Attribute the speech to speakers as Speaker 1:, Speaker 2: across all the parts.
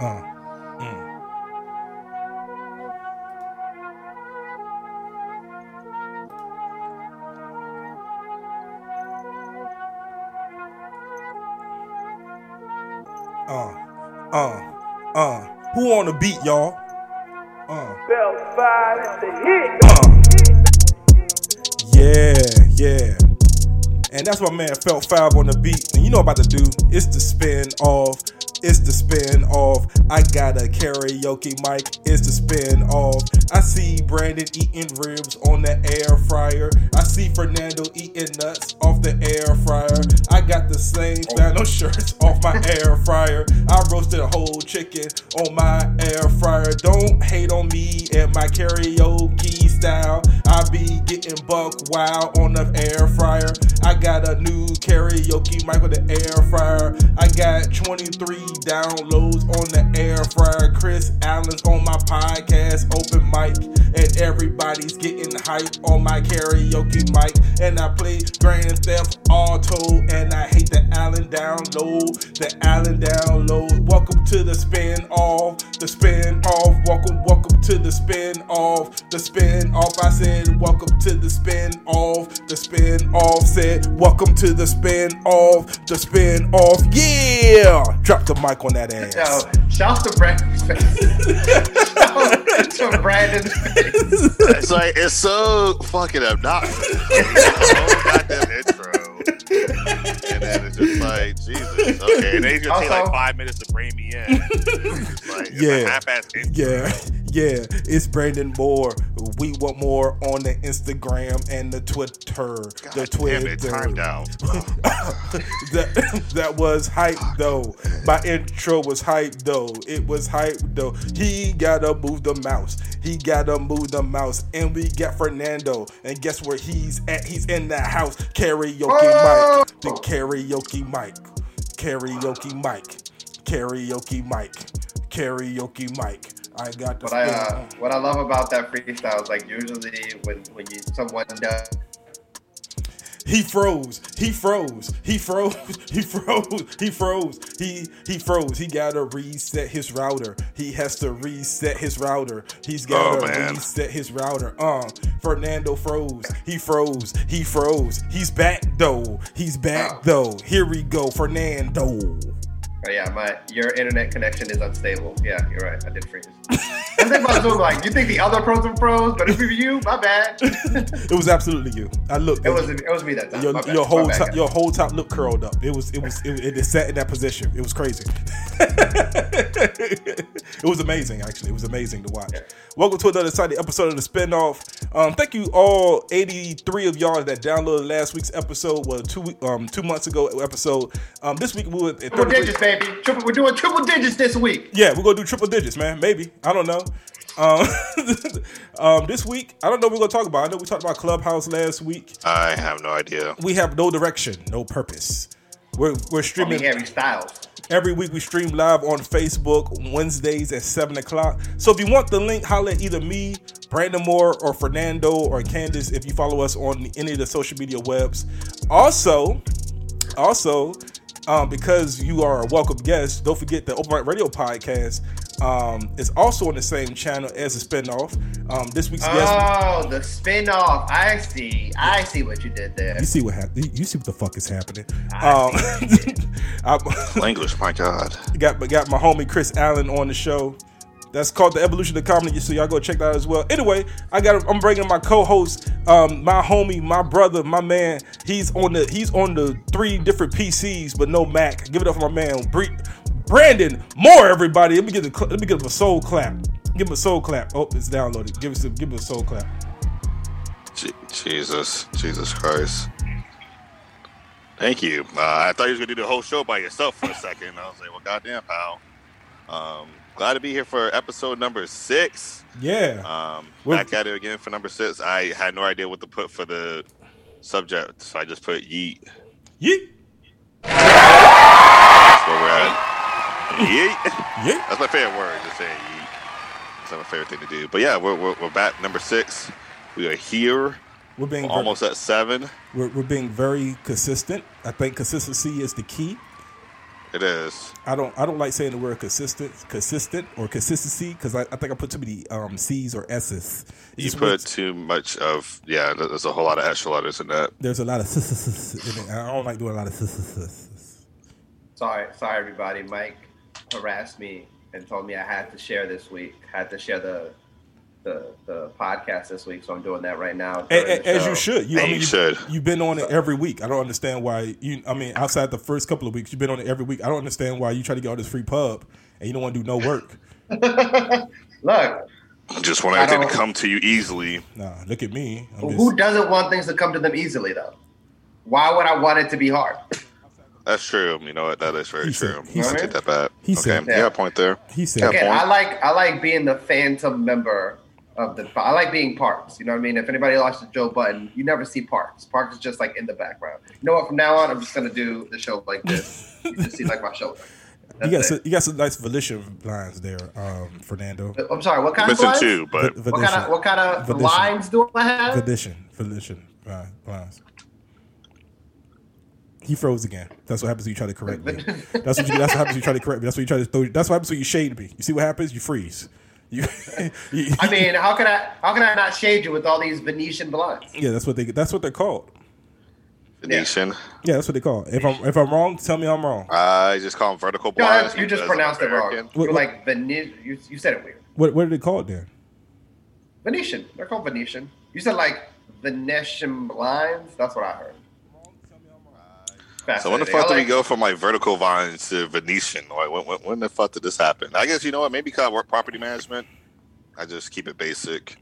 Speaker 1: Uh, uh, uh, uh. Who on the beat, y'all? Uh,
Speaker 2: Belfast, the hit.
Speaker 1: uh. Yeah, yeah. And that's my man Felt Five on the beat. And you know what I'm about to do. It's the spin off. It's the spin off. I got a karaoke mic. It's the spin off. I see Brandon eating ribs on the air fryer. I see Fernando eating nuts off the air fryer. I got the same flannel shirts off my air fryer. I roasted a whole chicken on my air fryer. Don't hate on me and my karaoke style. I be getting buck wild on the air fryer. I got a new karaoke mic with the air fryer. I got 23 downloads on the air fryer. Chris Allen's on my podcast, open mic, and everybody's getting hype on my karaoke mic. And I play Grand Theft Auto, and I hate the Allen download, the Allen download. Welcome to the spin off, the spin off. Welcome, welcome to the spin off, the spin off. I said, welcome to the spin off, the spin off. Said, welcome to the spin off, the spin off. Yeah, drop the mic on that ass.
Speaker 3: Yo, shout to Brandon's face. shout to Brandon's face.
Speaker 4: It's like it's so fucking obnoxious. the whole goddamn intro. And then it's just like, Jesus. Okay. And then it's gonna take like
Speaker 3: Also-
Speaker 4: five minutes to bring me in. It's like, it's
Speaker 1: Yeah.
Speaker 4: a half ass intro.
Speaker 1: Yeah, yeah, it's Brandon Moore. We want more on the Instagram and the Twitter. the uh,
Speaker 4: God
Speaker 1: Twitter.
Speaker 4: Damn it, timed out.
Speaker 1: that, that was hype though. My intro was hype though. It was hype though. He gotta move the mouse. He gotta move the mouse. And we got Fernando. And guess where he's at? He's in the house. Karaoke
Speaker 3: Oh!
Speaker 1: mic. The karaoke mic. Karaoke mic. Karaoke mic. Karaoke mic. I got the
Speaker 3: What I, uh,
Speaker 1: spin.
Speaker 3: what I love about that freestyle is like usually when, when you someone does
Speaker 1: He froze. He froze. He froze. He froze. He froze. He he froze. He gotta reset his router. He has to reset his router. He's gotta
Speaker 4: Oh, man.
Speaker 1: reset his router. Uh, Fernando froze. He froze. He froze. He's back though. He's back
Speaker 3: Oh.
Speaker 1: though. Here we go, Fernando.
Speaker 3: Oh yeah, my your internet connection is unstable. Yeah, you're right. I did freeze. I think about Zoom like you think the other pros are pros, but if it were you, my bad. it
Speaker 1: It was absolutely you. I looked.
Speaker 3: was it was me that time.
Speaker 1: your,
Speaker 3: my bad.
Speaker 1: your
Speaker 3: My
Speaker 1: whole
Speaker 3: bad,
Speaker 1: top,
Speaker 3: guys.
Speaker 1: your whole top look curled up. It was it was it, it sat in that position. It was crazy. it was amazing actually. It was amazing to watch. Welcome to another exciting episode of the spinoff. Um, thank you all 83 of y'all that downloaded last week's episode. Well, two week- um two months ago episode. Um, this week we were at
Speaker 3: triple
Speaker 1: 33
Speaker 3: digits, baby. Triple, we're doing triple digits this week.
Speaker 1: yeah, we're gonna do triple digits, man. Maybe I don't know. Um, um, this week I don't know what we're gonna talk about. I know we talked about Clubhouse last week.
Speaker 4: I have no idea.
Speaker 1: We have no direction, no purpose. We're we're
Speaker 3: I mean
Speaker 1: streaming
Speaker 3: Harry Styles.
Speaker 1: Every week we stream live on Facebook Wednesdays at 7 o'clock. So if you want the link, holler at either me, Brandon Moore, or Fernando or Candace if you follow us on any of the social media webs. Also, also, um, because you are a welcome guest, don't forget the Open Mic Radio podcast um, is also on the same channel as the spinoff. Um, this week's guest,
Speaker 3: Oh, the spin-off. I see. I see what you did there.
Speaker 1: you see what happened. You see what the fuck is happening.
Speaker 3: I
Speaker 1: Um, I'm-
Speaker 4: English, my God.
Speaker 1: got got my homie Chris Allen on the show. That's called the evolution of comedy. So y'all go check that out as well. Anyway, I got I'm bringing my co-host, um, my homie, my brother, my man. He's on the he's on the three different PCs, but no Mac. Give it up for my man, Bre- Brandon Moore. Everybody, let me get the cl- let me give him a soul clap. Give him a soul clap. Oh, it's downloaded. Give us a, give him a soul clap.
Speaker 4: Je- Jesus, Jesus Christ. Thank you. Uh, I thought you was gonna do the whole show by yourself for a second. I was like, well, goddamn, pal. Um, glad to be here for episode number six.
Speaker 1: Yeah,
Speaker 4: Um,
Speaker 1: Well-
Speaker 4: back at it again for number six. I had no idea what to put for the subject, so I just put yeet.
Speaker 1: yeet,
Speaker 4: That's where we're at. Yeet.
Speaker 1: yeet.
Speaker 4: That's my favorite word. Just saying yeet. That's my favorite thing to do. But yeah, we're we're, we're back number six. We are here.
Speaker 1: We're being
Speaker 4: We're
Speaker 1: ver-
Speaker 4: almost at seven.
Speaker 1: we're, we're being very consistent. I think consistency is the key.
Speaker 4: It is.
Speaker 1: I don't I don't like saying the word consistent, consistent or consistency because I, I think I put too many um, C's or S's. It
Speaker 4: You
Speaker 1: just
Speaker 4: put
Speaker 1: works-
Speaker 4: too much of yeah. there- There's a whole lot of extra letters in that.
Speaker 1: there's a lot of s in it. I don't like doing a lot of s.
Speaker 3: Sorry, sorry everybody. Mike harassed me and told me I had to share this week. Had to share the the, the podcast this week, so I'm doing that right now. during the
Speaker 1: As
Speaker 3: show.
Speaker 1: you should. You, I
Speaker 4: And
Speaker 1: mean,
Speaker 4: you
Speaker 1: you-
Speaker 4: should.
Speaker 1: You've been on it every week. I don't understand why you. I mean, outside the first couple of weeks, you've been on it every week. I don't understand why you try to get all this free pub and you don't want to do no work.
Speaker 3: Look,
Speaker 4: Just want
Speaker 3: I
Speaker 4: everything to
Speaker 3: don't-
Speaker 4: come to you easily.
Speaker 1: Nah, look at me. I'm
Speaker 3: who
Speaker 1: just,
Speaker 3: doesn't want things to come to them easily though? Why would I want it to be hard?
Speaker 4: That's true. You know what? That is very
Speaker 1: He said-
Speaker 4: true.
Speaker 1: he
Speaker 4: I
Speaker 3: said-
Speaker 4: take that back.
Speaker 1: he
Speaker 4: okay.
Speaker 1: said-
Speaker 4: yeah. point there.
Speaker 1: he said,
Speaker 4: Yeah.
Speaker 3: Again,
Speaker 4: point.
Speaker 3: I like I like being the phantom member of the. I like being parts. You know what I mean? If anybody watches Joe Button, you never see parts. Parks is just like in the background. You know what? From now on, I'm just gonna do the show like this. you just see like my shoulder.
Speaker 1: you got
Speaker 3: That's
Speaker 1: some,
Speaker 3: it.
Speaker 1: you got some nice volition lines there, um, Fernando.
Speaker 3: I'm sorry. What kind of
Speaker 4: Missing
Speaker 3: lines?
Speaker 4: two, but
Speaker 1: Vo-
Speaker 3: What kind of what kind of
Speaker 1: Volition.
Speaker 3: lines do I have?
Speaker 1: Volition, volition, uh, lines. He froze again. That's what happens when you try to correct me. That's what you. That's what happens when you try to correct me. That's what you try to throw. That's what happens when you shade me. You see what happens? You freeze. You, you-
Speaker 3: I mean, how can I how can I not shade you with all these Venetian blinds?
Speaker 1: yeah, that's what they. That's what they're called.
Speaker 4: Venetian.
Speaker 1: Yeah, that's what they call. It. If I'm if I'm wrong, tell me I'm wrong.
Speaker 4: I just call them vertical
Speaker 3: No,
Speaker 4: blinds.
Speaker 3: that's- you just
Speaker 4: because
Speaker 3: pronounced it
Speaker 4: American-
Speaker 3: wrong.
Speaker 1: What-
Speaker 3: You're
Speaker 1: what-
Speaker 3: like Venetian. You, you said it weird.
Speaker 1: What what are they called then?
Speaker 3: Venetian. They're called Venetian. You said like Venetian blinds. That's what I heard.
Speaker 4: So when
Speaker 3: Fascinating.
Speaker 4: the fuck
Speaker 3: I
Speaker 4: did we
Speaker 3: like-
Speaker 4: go from like vertical vines to Venetian? Like when, when, when the fuck did this happen? I guess you know what? Maybe because I work property management, I just keep it basic.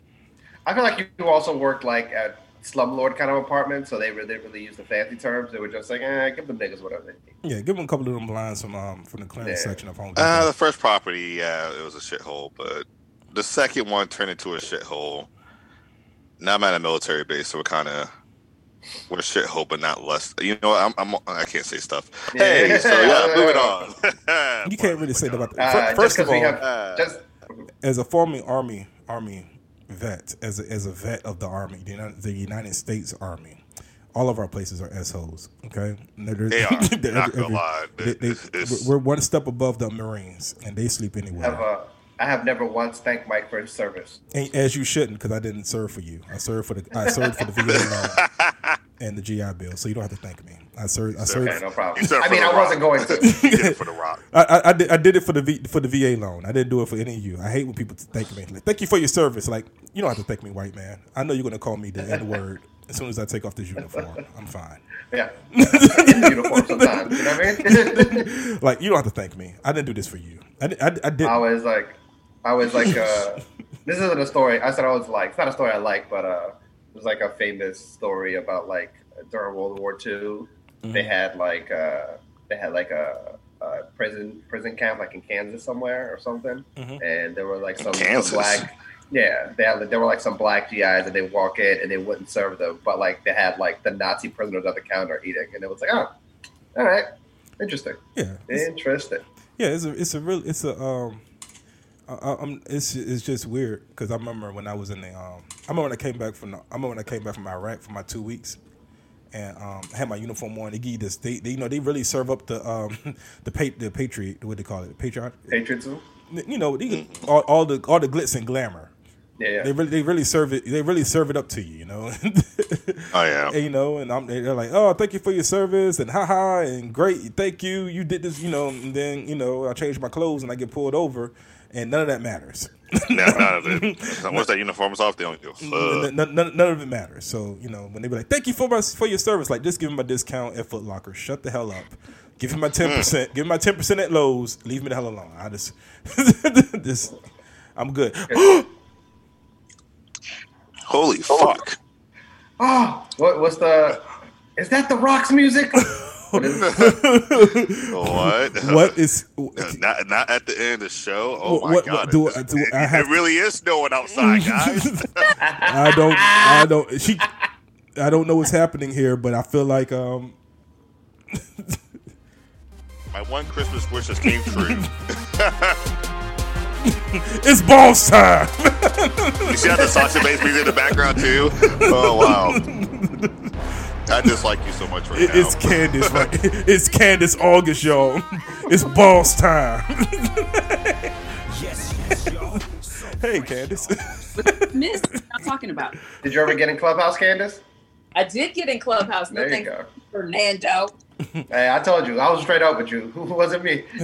Speaker 3: I feel like you- you also worked like at slumlord kind of apartment, so they really, really use the fancy terms. They were just like, eh, give them niggas whatever they need.
Speaker 1: Yeah, give them a couple of them blinds from um from the clearance
Speaker 3: Yeah.
Speaker 1: section of Home
Speaker 4: Uh,
Speaker 1: Depot.
Speaker 4: the first property, yeah, it was a shithole, but the second one turned into a shithole. Now I'm at a military base, so we're kind of we're shithole, but not less. You know, what? I'm, I'm I can't say stuff. Hey, so yeah, moving on.
Speaker 1: you can't really say that about that.
Speaker 3: Uh,
Speaker 1: Fir- First
Speaker 3: just
Speaker 1: of
Speaker 3: 'cause we
Speaker 1: all,
Speaker 3: have,
Speaker 4: uh,
Speaker 3: just
Speaker 1: as a former army army vet, as a, as a vet of the army, the United, the United States Army, all of our places are assholes. Okay, They're-
Speaker 4: They are.
Speaker 1: they're
Speaker 4: Not gonna lie.
Speaker 1: they- they-
Speaker 4: It's- it's-
Speaker 1: we're one step above the Marines, and they sleep anywhere.
Speaker 3: have uh, I have never once thanked Mike for his service.
Speaker 1: And as you shouldn't, because I didn't serve for you. I served for the I served for the VA loan and the GI Bill, so you don't have to thank me. I served. I served.
Speaker 3: Okay, no problem.
Speaker 4: You served
Speaker 3: I
Speaker 4: for
Speaker 3: mean,
Speaker 4: the
Speaker 3: I
Speaker 4: rock.
Speaker 3: wasn't going to.
Speaker 4: You did it for the rock.
Speaker 1: I, I, I, did, I did it for the v, for the VA loan. I didn't do it for any of you. I hate when people thank me. Like, thank you for your service. Like you don't have to thank me, white man. I know you're gonna call me the N word as soon as I take off this uniform. I'm fine.
Speaker 3: Yeah, in the uniform sometimes. You know what I mean?
Speaker 1: Like you don't have to thank me. I didn't do this for you. I did. I, I did.
Speaker 3: I was like, I was like, uh, this isn't a story. I said I was like, it's not a story I like, but uh, it was like a famous story about like during World War II, they had like uh, they had like a, a prison prison camp like in Kansas somewhere or something, and there were like some, some
Speaker 4: Kansas?
Speaker 3: black. Yeah, they had, there were like some black GIs and they walk in and they wouldn't serve them, but like they had like the Nazi prisoners at the counter eating, and it was like, oh, all right, interesting,
Speaker 1: yeah. It's-
Speaker 3: interesting.
Speaker 1: Yeah. It's a. It's a real. It's a. Um. I, I- I'm. It's. It's just weird because I remember when I was in the. Um. I remember when I came back from. The, I remember when I came back from Iraq for my two weeks. and um, I had my uniform on. They give you this, they, they you know they really serve up the um, the pa- the patriot what they call it patriot
Speaker 3: Patriotism.
Speaker 1: you know they, all, all the all the glitz and glamour.
Speaker 3: Yeah, yeah.
Speaker 1: They really they really serve it they really serve it up to you you know
Speaker 4: Oh yeah.
Speaker 1: and, you know and I'm they're like oh thank you for your service and haha and great thank you you did this you know and then you know I change my clothes and I get pulled over and none of that matters.
Speaker 4: No, none of it. Once that uniform is off, they don't give a fuck.
Speaker 1: None, none, none none of it matters. So you know when they be like, "Thank you for my for your service," like just give him a discount at Foot Locker. Shut the hell up. Give him my ten percent. Give him my ten percent at Lowe's. Leave me the hell alone. I just, just I'm good.
Speaker 4: Holy fuck.
Speaker 3: Oh, what, what's the? Is that the Rock's music? What is it?
Speaker 4: What?
Speaker 1: what is?
Speaker 4: Not, not at the end of the show. Oh
Speaker 1: What-
Speaker 4: my
Speaker 1: what-
Speaker 4: god!
Speaker 1: do
Speaker 4: it,
Speaker 1: I- do
Speaker 4: it-
Speaker 1: I have
Speaker 4: it really is snowing outside, guys.
Speaker 1: I don't. I don't. She. I don't know what's happening here, but I feel like um.
Speaker 4: my one Christmas wish just came true.
Speaker 1: It's balls time.
Speaker 4: You see how the Sasha Banks music in the background too? Oh wow! I dislike you so much right
Speaker 1: It-
Speaker 4: now.
Speaker 1: it's Candace, right? it's Candace August, y'all. It's boss time. hey, Candace.
Speaker 5: Miss, what I'm talking about.
Speaker 3: Did you ever get in Clubhouse, Candace?
Speaker 5: I did get in Clubhouse. No
Speaker 3: There you
Speaker 5: thanks,
Speaker 3: go.
Speaker 5: Fernando.
Speaker 3: Hey, I told you. I was straight up with you. Who wasn't me?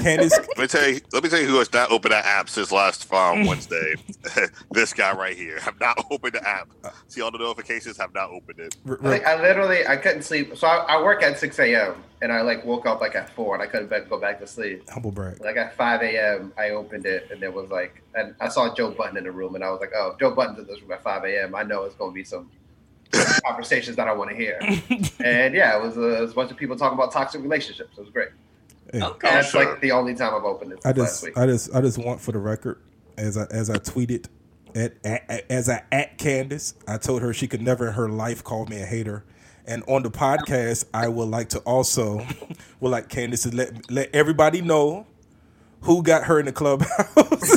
Speaker 1: Candace,
Speaker 4: Let me tell you. Let me tell you who has not opened an app since last um, Wednesday. this guy right here. I've not opened the app. See all the notifications. Have not opened it.
Speaker 1: r-
Speaker 3: I,
Speaker 1: r-
Speaker 3: think I literally I couldn't sleep. So I, I work at 6 a.m. and I like woke up like at four and I couldn't be- go back to sleep.
Speaker 1: humble brag.
Speaker 3: Like at 5 a.m. I opened it and there was like and I saw Joe Button in the room and I was like, oh, Joe Button's in this room at 5 a.m. I know it's gonna be some conversations that I want to hear. and yeah, it was, a, it was a bunch of people talking about toxic relationships. It was great.
Speaker 1: Hey.
Speaker 5: Okay.
Speaker 3: And that's
Speaker 4: sure.
Speaker 3: like the only time I've opened it.
Speaker 1: Oh, I
Speaker 3: since last
Speaker 1: just,
Speaker 3: week.
Speaker 1: I just, I just want for the record, as I as I tweeted, at, at as I at Candace, I told her she could never in her life call me a hater. And on the podcast, I would like to also, would like Candace to let let everybody know who got her in the clubhouse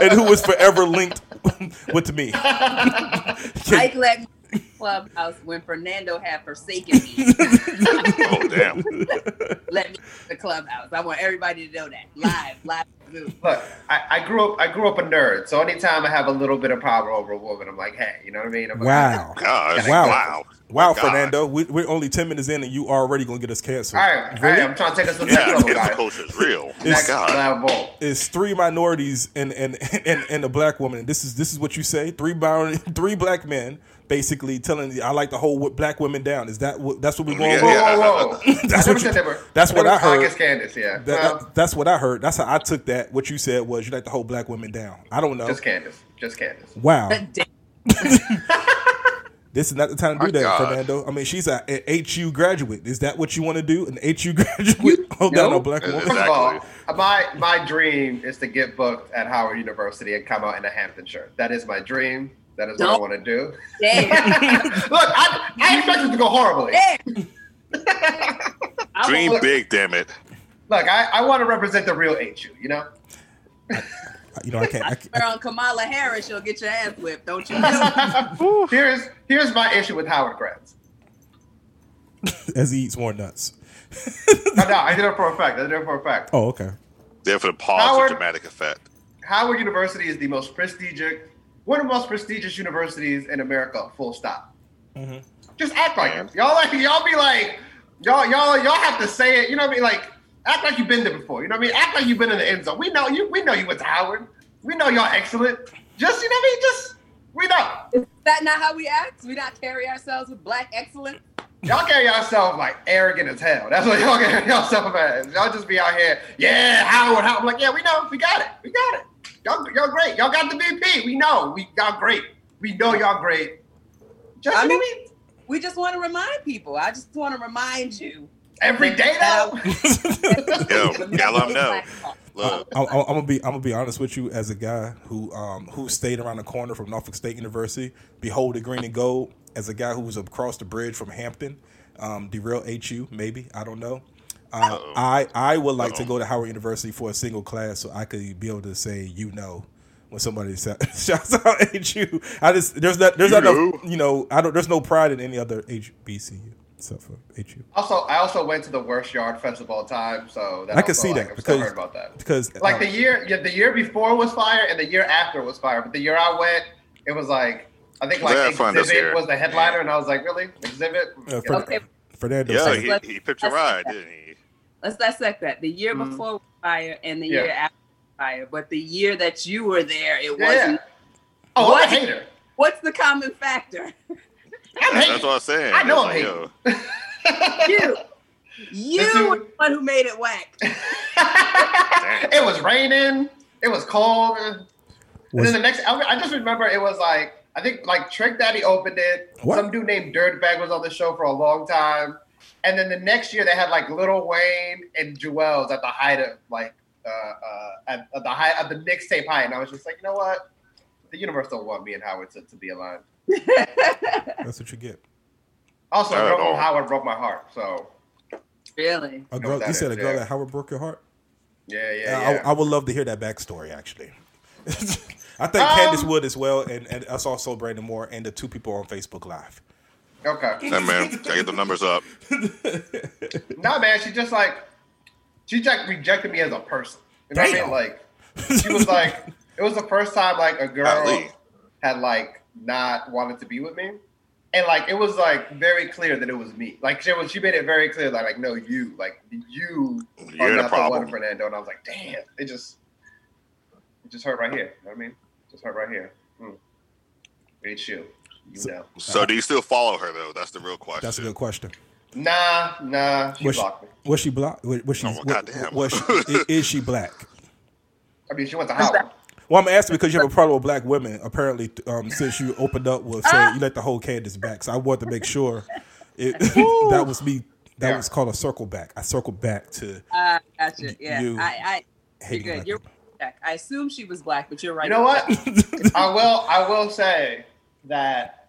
Speaker 1: and who was forever linked with me.
Speaker 5: I left Clubhouse when Fernando had forsaken me.
Speaker 4: Oh damn!
Speaker 5: Let me the Clubhouse. I want everybody to know that live, live. Zoom.
Speaker 3: Look, I, I grew up. I grew up a nerd. So anytime I have a little bit of power over a woman, I'm like, hey, you know what I mean? I'm like,
Speaker 1: Wow.
Speaker 4: Gosh,
Speaker 1: Wow.
Speaker 4: wow! Wow!
Speaker 1: Wow,
Speaker 4: God.
Speaker 1: Fernando, we, we're only 10 minutes in and you already going to get us canceled.
Speaker 3: All right, all right. I'm trying to take us to the
Speaker 4: Yeah,
Speaker 3: next level,
Speaker 4: cancel
Speaker 3: guys.
Speaker 4: culture is real.
Speaker 3: Next
Speaker 4: God,
Speaker 3: level.
Speaker 1: It's three minorities and and, and and a black woman. This is this is what you say. Three brown, three black men basically telling you, I like to hold wo- black women down. Is that what that's what we're going
Speaker 4: Yeah,
Speaker 1: with?
Speaker 4: yeah.
Speaker 3: Whoa, whoa, whoa.
Speaker 1: That's what
Speaker 3: I never
Speaker 1: you-
Speaker 3: said they were-
Speaker 1: that's what
Speaker 3: they were
Speaker 1: I heard.
Speaker 3: August Candace, yeah.
Speaker 1: That,
Speaker 3: Well,
Speaker 1: that- that's what I heard. That's how I took that. What you said was you like to hold black women down. I don't know.
Speaker 3: just Candace. Just Candace.
Speaker 1: Wow,
Speaker 5: But damn,
Speaker 1: this is not the time to do
Speaker 4: My
Speaker 1: that,
Speaker 4: God.
Speaker 1: Fernando. I mean, she's a, a HU graduate. Is that what you want to do? An HU graduate hold down
Speaker 3: No.
Speaker 1: a black woman?
Speaker 3: First of all, my my dream is to get booked at Howard University and come out in a Hampton shirt. That is my dream. That is what I
Speaker 5: Don't.
Speaker 3: want to do.
Speaker 5: damn,
Speaker 3: Look, I, I expect it to go horribly.
Speaker 5: damn. I
Speaker 4: dream
Speaker 5: want-
Speaker 4: big, damn it!
Speaker 3: Look, I, I want to represent the real HU, you know?
Speaker 1: You know, I can't. I, can't-
Speaker 5: swear on Kamala Harris, she'll get your ass whipped. Don't you? know?
Speaker 3: here's here's my issue with Howard grads.
Speaker 1: as he eats more nuts.
Speaker 3: No, no, I did it for a fact. I did it for a fact.
Speaker 1: Oh, okay.
Speaker 4: There for the pause
Speaker 3: Howard.
Speaker 4: of dramatic effect.
Speaker 3: Howard University is the most prestigious, one of the most prestigious universities in America. Full stop.
Speaker 1: Mhm.
Speaker 3: Just act like
Speaker 4: Man.
Speaker 3: it. y'all. Like y'all be like y'all y'all y'all have to say it. You know what I mean? Like act like you've been there before. You know what I mean? Act like you've been in the end zone. We know you. We know you went to Howard. We know y'all excellent. Just you know what I mean? Just we know.
Speaker 5: Is that not how we act? We not carry ourselves with black excellence?
Speaker 3: Y'all carry yourself like arrogant as hell. That's what y'all carry yourself as. Y'all just be out here, yeah, Howard, Howard. I'm like, yeah, we know, we got it, we got it. Y'all, y'all great. Y'all got the VP. We know, we y'all great. We know y'all great. Just
Speaker 5: I
Speaker 3: you know
Speaker 5: mean-
Speaker 3: what I mean?
Speaker 5: We just want to remind people. I just want to remind you.
Speaker 3: every day though.
Speaker 5: uh,
Speaker 4: Yo, yeah, let 'em know. Look,
Speaker 1: Uh, I, I, I'm gonna be I'm gonna be honest with you as a guy who um who stayed around the corner from Norfolk State University, behold the green and gold. As a guy who was across the bridge from Hampton, um, derail HU maybe I don't know. Uh,
Speaker 4: Uh-oh.
Speaker 1: I I would like to
Speaker 4: Uh-oh.
Speaker 1: go to Howard University for a single class so I could be able to say you know when somebody sa- shouts out HU. I just there's not there's
Speaker 4: You
Speaker 1: not enough,
Speaker 4: know.
Speaker 1: you know I don't there's no pride in any other HBCU except for HU.
Speaker 3: Also, I also went to the worst yard fest of all time, so that
Speaker 1: I can
Speaker 3: also,
Speaker 1: see
Speaker 3: like,
Speaker 1: that
Speaker 3: I'm still
Speaker 1: because-
Speaker 3: hurt about that.
Speaker 1: Because
Speaker 3: Like
Speaker 1: um,
Speaker 3: the year, yeah, the year before was fire, and the year after was fire. But the year I went, it was like. I think like
Speaker 4: They had fun this year.
Speaker 3: Exhibit was the headliner, and I was like, "Really, Exhibit?"
Speaker 1: uh,
Speaker 3: Yeah.
Speaker 1: Fer-
Speaker 5: Okay.
Speaker 1: Fernando
Speaker 4: yo,
Speaker 1: said-
Speaker 4: he, he picked a ride, didn't he?
Speaker 5: Let's dissect that. The year
Speaker 3: Mhm.
Speaker 5: before was fire and the
Speaker 3: Yeah.
Speaker 5: year after was fire, but the year that you were there, it
Speaker 3: Yeah.
Speaker 5: wasn't.
Speaker 3: Oh, I'm
Speaker 5: What?
Speaker 3: a hater.
Speaker 5: What's the common factor?
Speaker 3: I'm hating.
Speaker 4: That's what I'm saying.
Speaker 3: I know
Speaker 4: It's
Speaker 3: I'm
Speaker 4: yo,
Speaker 5: You, you
Speaker 3: dude-
Speaker 5: were the one who made it whack.
Speaker 3: it was raining. It was cold. and
Speaker 1: Was-
Speaker 3: then the next, I, I just remember it was like I think like Trick Daddy opened it.
Speaker 1: What?
Speaker 3: Some dude named Dirtbag was on the show for a long time, and then the next year they had like Little Wayne and Jewels at the height of like uh, uh, at, at the height of the mixtape height, and I was just like, you know what? The universe don't want me and Howard to, to be aligned.
Speaker 1: that's what you get.
Speaker 3: Also,
Speaker 4: Not at
Speaker 3: Ro-
Speaker 4: all.
Speaker 3: Howard broke my heart. So
Speaker 5: Really?
Speaker 1: A
Speaker 3: Know
Speaker 1: girl,
Speaker 3: what
Speaker 1: you
Speaker 3: that
Speaker 1: said
Speaker 3: is,
Speaker 1: a girl
Speaker 3: yeah.
Speaker 1: that Howard broke your heart.
Speaker 3: yeah,
Speaker 1: Yeah,
Speaker 3: yeah,
Speaker 1: Uh, I-
Speaker 3: yeah.
Speaker 1: I, would love to hear that backstory. Actually, I think
Speaker 3: Um,
Speaker 1: Candace Wood as well, and, and us also Brandon Moore and the two people on Facebook Live.
Speaker 3: Okay.
Speaker 4: Hey, man, gotta get the numbers up.
Speaker 3: Nah, man, she just like she just rejected me as a person. You know
Speaker 1: Damn.
Speaker 3: what I mean? Like she was like, it was the first time like a girl
Speaker 4: Golly.
Speaker 3: had like not wanted to be with me, and like it was like very clear that it was me. Like she was, she made it very clear that like no, you like you
Speaker 4: You're
Speaker 3: are
Speaker 4: the
Speaker 3: not
Speaker 4: problem.
Speaker 3: the one, Fernando. And I was like, damn, it just it just hurt right here. You know what I mean? Just hurt right here. Mm. It's you. You know.
Speaker 4: So do you still follow her though? That's the real question.
Speaker 1: That's a good question.
Speaker 3: Nah, nah. She
Speaker 1: was she,
Speaker 3: blocked me.
Speaker 1: was she black? Was was she?
Speaker 4: Oh, well,
Speaker 1: wa-
Speaker 4: goddamn.
Speaker 1: was she- i- is she black?
Speaker 3: I mean, she went to Howard.
Speaker 1: Well, I'm asking because you have a problem with black women, apparently, um, since you opened up with saying you let the whole canvas back. So I wanted to make sure it, that was me. That
Speaker 3: Yeah.
Speaker 1: was called a circle back. I circled back to
Speaker 5: Uh, gotcha. Yeah.
Speaker 1: You-
Speaker 5: I, I, you're
Speaker 1: hating
Speaker 5: good.
Speaker 1: black
Speaker 5: You're
Speaker 1: women.
Speaker 5: right. I assume she was black, but you're right.
Speaker 3: You know what? I will. I will say that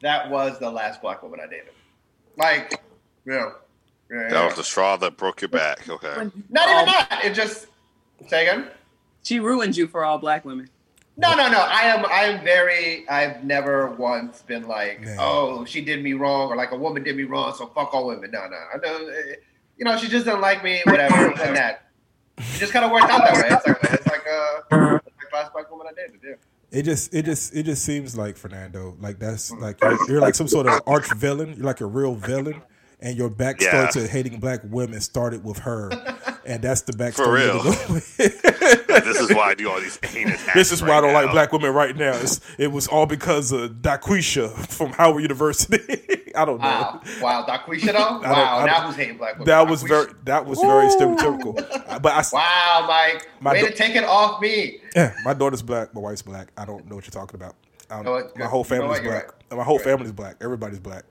Speaker 3: that was the last black woman I dated. Like, you know, yeah,
Speaker 4: That
Speaker 3: yeah.
Speaker 4: was the straw that broke your back. Okay.
Speaker 3: not
Speaker 5: Um,
Speaker 3: even that. It just say again.
Speaker 5: She ruined you for all black women.
Speaker 3: No, no, no. I am. I am very. I've never once been like,
Speaker 1: Man.
Speaker 3: oh, she did me wrong, or like a woman did me wrong, so fuck all women. No, no. I don't, eh, you know, she just didn't like me. Whatever. and that. It just kind of worked out that way. It's like, it's like, uh, it's like last black woman I dated. Yeah.
Speaker 1: It just, it just, it just seems like Fernando. Like that's
Speaker 4: Mm.
Speaker 1: like you're, you're like some sort of arch villain. You're like a real villain, and your backstory
Speaker 4: Yeah.
Speaker 1: to hating black women started with her, and that's the backstory.
Speaker 4: For real.
Speaker 1: you go with.
Speaker 4: this is why I do all these heinous acts
Speaker 1: This is why
Speaker 4: right
Speaker 1: I don't like
Speaker 4: now.
Speaker 1: black women right now. It's, it was all because of Daquisha from Howard University. I don't know.
Speaker 3: Wow, wow, Daquisha
Speaker 1: I
Speaker 3: though.
Speaker 1: don't- I
Speaker 3: Wow,
Speaker 1: don't-
Speaker 3: now who's hating black women?
Speaker 1: That was
Speaker 3: Daquisha.
Speaker 1: very that was very stereotypical. Uh, But I, s-
Speaker 3: Wow, Mike,
Speaker 1: My
Speaker 3: way
Speaker 1: da-
Speaker 3: to take it off me.
Speaker 1: yeah, my daughter's black, my wife's black. I don't know what you're talking about. Um,
Speaker 3: know what?
Speaker 1: my whole
Speaker 3: You know
Speaker 1: family's
Speaker 3: what? You're
Speaker 1: black. My whole family's black. Everybody's black.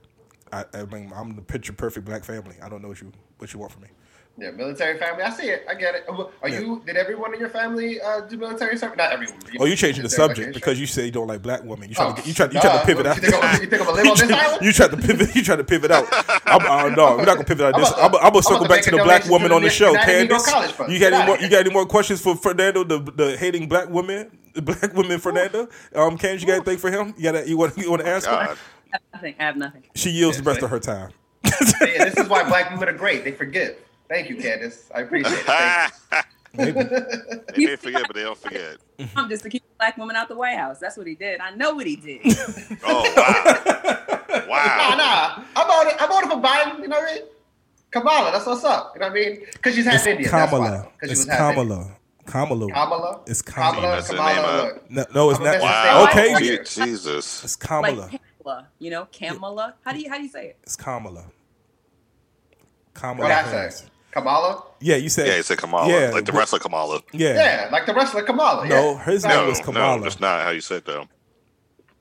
Speaker 1: I, I mean, I'm the picture perfect black family. I don't know what you what you want from me.
Speaker 3: Yeah, military family. I see it. I get it. Oh, Are you? Did everyone in your family uh, do military service? Not everyone.
Speaker 1: Oh, you changing the
Speaker 3: Is there, like,
Speaker 1: subject
Speaker 3: an
Speaker 1: because
Speaker 3: issue?
Speaker 1: you say you don't like black women. You try
Speaker 3: Oh,
Speaker 1: to get, you try you try
Speaker 3: duh.
Speaker 1: to pivot
Speaker 3: You
Speaker 1: out.
Speaker 3: think I'm gonna- you think I'm gonna live on this island?
Speaker 1: You try to pivot. You try to pivot out. I'm, uh, no, we're not gonna pivot out
Speaker 3: I'm
Speaker 1: this.
Speaker 3: about to-
Speaker 1: I'm, I'm gonna
Speaker 3: I'm
Speaker 1: circle
Speaker 3: about to
Speaker 1: back
Speaker 3: make
Speaker 1: to
Speaker 3: a
Speaker 1: the black
Speaker 3: donation
Speaker 1: woman
Speaker 3: to
Speaker 1: on the
Speaker 3: the
Speaker 1: show,
Speaker 3: United Negro
Speaker 1: Candace.
Speaker 3: College Fund.
Speaker 1: You got
Speaker 3: Get
Speaker 1: any
Speaker 3: outta
Speaker 1: more?
Speaker 3: here.
Speaker 1: You got any more questions for Fernando, the, the hating black women, the black women, Fernando? Um, Candace, you got anything for him? You got you want
Speaker 3: Oh
Speaker 1: you want to ask? him?
Speaker 4: God.
Speaker 5: I have nothing. I have nothing.
Speaker 1: She yields the
Speaker 3: Yes,
Speaker 1: rest
Speaker 3: ma'am.
Speaker 1: of her time.
Speaker 3: Yeah, this is why black women are great. They forgive. Thank you, Candace. I appreciate it. Thank
Speaker 1: Maybe.
Speaker 4: they may forget, but they don't forget.
Speaker 5: Um, just to keep black women out the White House. That's what he did. I know what he did.
Speaker 4: Oh wow,
Speaker 3: you. Nah,
Speaker 4: wow.
Speaker 3: nah. I'm on it. I'm on it for Biden. You know what I mean? Kamala. That's what's up. You know what I mean? Because she's half
Speaker 1: It's
Speaker 3: Indian. That's
Speaker 1: Kamala.
Speaker 3: why. 'Cause she
Speaker 1: It's
Speaker 3: was half Indian.
Speaker 1: Kamala. Kamala.
Speaker 3: Kamala.
Speaker 1: It's Kamala.
Speaker 3: Kamala.
Speaker 4: That's the name of-
Speaker 3: Kamala.
Speaker 1: No, no, it's
Speaker 3: Kamala.
Speaker 1: not.
Speaker 4: Wow.
Speaker 1: Okay,
Speaker 3: Kamala.
Speaker 4: Je- Jesus.
Speaker 1: it's
Speaker 5: Like
Speaker 1: Kamala.
Speaker 5: Kamala, you know, Kamala. How do you how do you say it?
Speaker 1: It's Kamala. Kamala.
Speaker 3: What did I
Speaker 1: Harris.
Speaker 3: say? Kamala.
Speaker 1: Yeah, you said.
Speaker 4: Yeah, it's a Kamala,
Speaker 1: Yeah,
Speaker 4: like the
Speaker 1: but-
Speaker 4: wrestler Kamala.
Speaker 1: Yeah.
Speaker 3: Yeah, like the wrestler Kamala.
Speaker 1: No,
Speaker 3: yeah.
Speaker 1: his name
Speaker 4: No,
Speaker 1: was Kamala.
Speaker 4: no, that's not how you said though.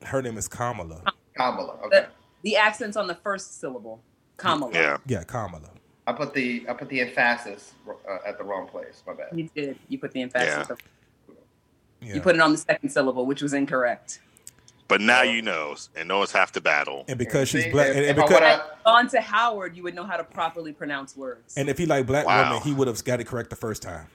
Speaker 1: Her name is Kamala.
Speaker 3: Kamala. Okay.
Speaker 5: The, the accents on the first syllable. Kamala.
Speaker 4: Yeah,
Speaker 1: Yeah, Kamala.
Speaker 3: I put the I put the emphasis uh, at the wrong place. My bad.
Speaker 5: You did. You put the emphasis.
Speaker 4: Yeah.
Speaker 5: on-
Speaker 1: Yeah.
Speaker 5: You put it on the second syllable, which was incorrect.
Speaker 4: but now you know, and knows half the battle.
Speaker 1: and because she's
Speaker 3: See,
Speaker 1: black,
Speaker 3: if-
Speaker 1: and, and
Speaker 3: if I
Speaker 1: because
Speaker 3: wanna-
Speaker 5: On to Howard, you would know how to properly pronounce words.
Speaker 1: and if he like black
Speaker 4: Wow.
Speaker 1: women, he would have got it correct the first time.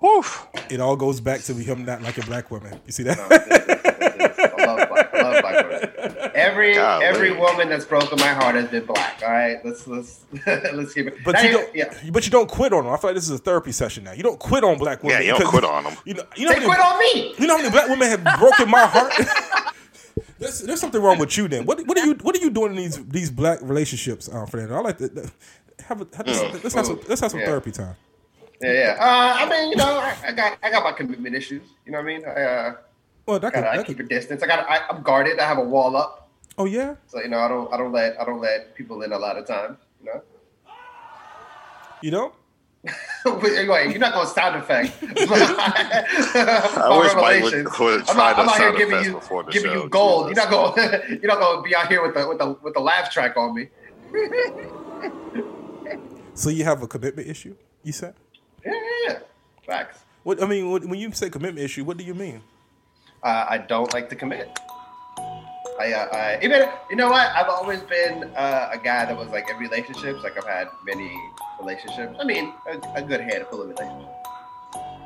Speaker 4: Whew.
Speaker 1: It all goes back to him not liking black women. You see that?
Speaker 3: No, this is- this is- I love black. I love black women. Every
Speaker 4: Golly.
Speaker 3: every woman that's broken my heart has been black. All right, let's let's let's keep it.
Speaker 1: But
Speaker 3: Now
Speaker 1: you
Speaker 3: you-
Speaker 1: don't.
Speaker 3: yeah.
Speaker 1: But you don't quit on them. I feel like this is a therapy session now. You don't quit on black women.
Speaker 4: Yeah, you don't
Speaker 1: because-
Speaker 4: quit on them.
Speaker 1: You know. You know.
Speaker 3: They
Speaker 1: how many-
Speaker 3: quit on me.
Speaker 1: You know how many black women have broken my heart? there's, there's something wrong with you then. What what are you what are you doing in these these black relationships, uh, Fernando? I like to to- have, a, have let's, let's have some let's have some
Speaker 3: Yeah.
Speaker 1: therapy time.
Speaker 3: Yeah, yeah. Uh, I mean, you know, I, I got I got my commitment issues. You know what I mean? I uh,
Speaker 1: Well, that could,
Speaker 3: gotta I
Speaker 1: that
Speaker 3: keep a
Speaker 1: could
Speaker 3: distance. I got I, I'm guarded. I have a wall up,
Speaker 1: oh yeah.
Speaker 3: so you know I don't I don't let I don't let people in a lot of times. You know.
Speaker 1: You know,
Speaker 3: Wait, anyway, you're not going to sound effect. I
Speaker 4: I wish Mike would- would try
Speaker 3: I'm
Speaker 4: the
Speaker 3: out here
Speaker 4: sound
Speaker 3: giving
Speaker 4: effects
Speaker 3: you
Speaker 4: before the
Speaker 3: giving
Speaker 4: show,
Speaker 3: you gold.
Speaker 4: Jesus.
Speaker 3: You're not going to you're not going to be out here with the with the with the laugh track on me.
Speaker 1: so you have a commitment issue. You said.
Speaker 3: Yeah, yeah, yeah. Facts.
Speaker 1: What I mean, what, when you say commitment issue, what do you mean?
Speaker 3: Uh, I don't like to commit. I, uh, I even you know what I've always been uh, a guy that was like in relationships. Like I've had many relationships. I mean, a, a good handful of relationships.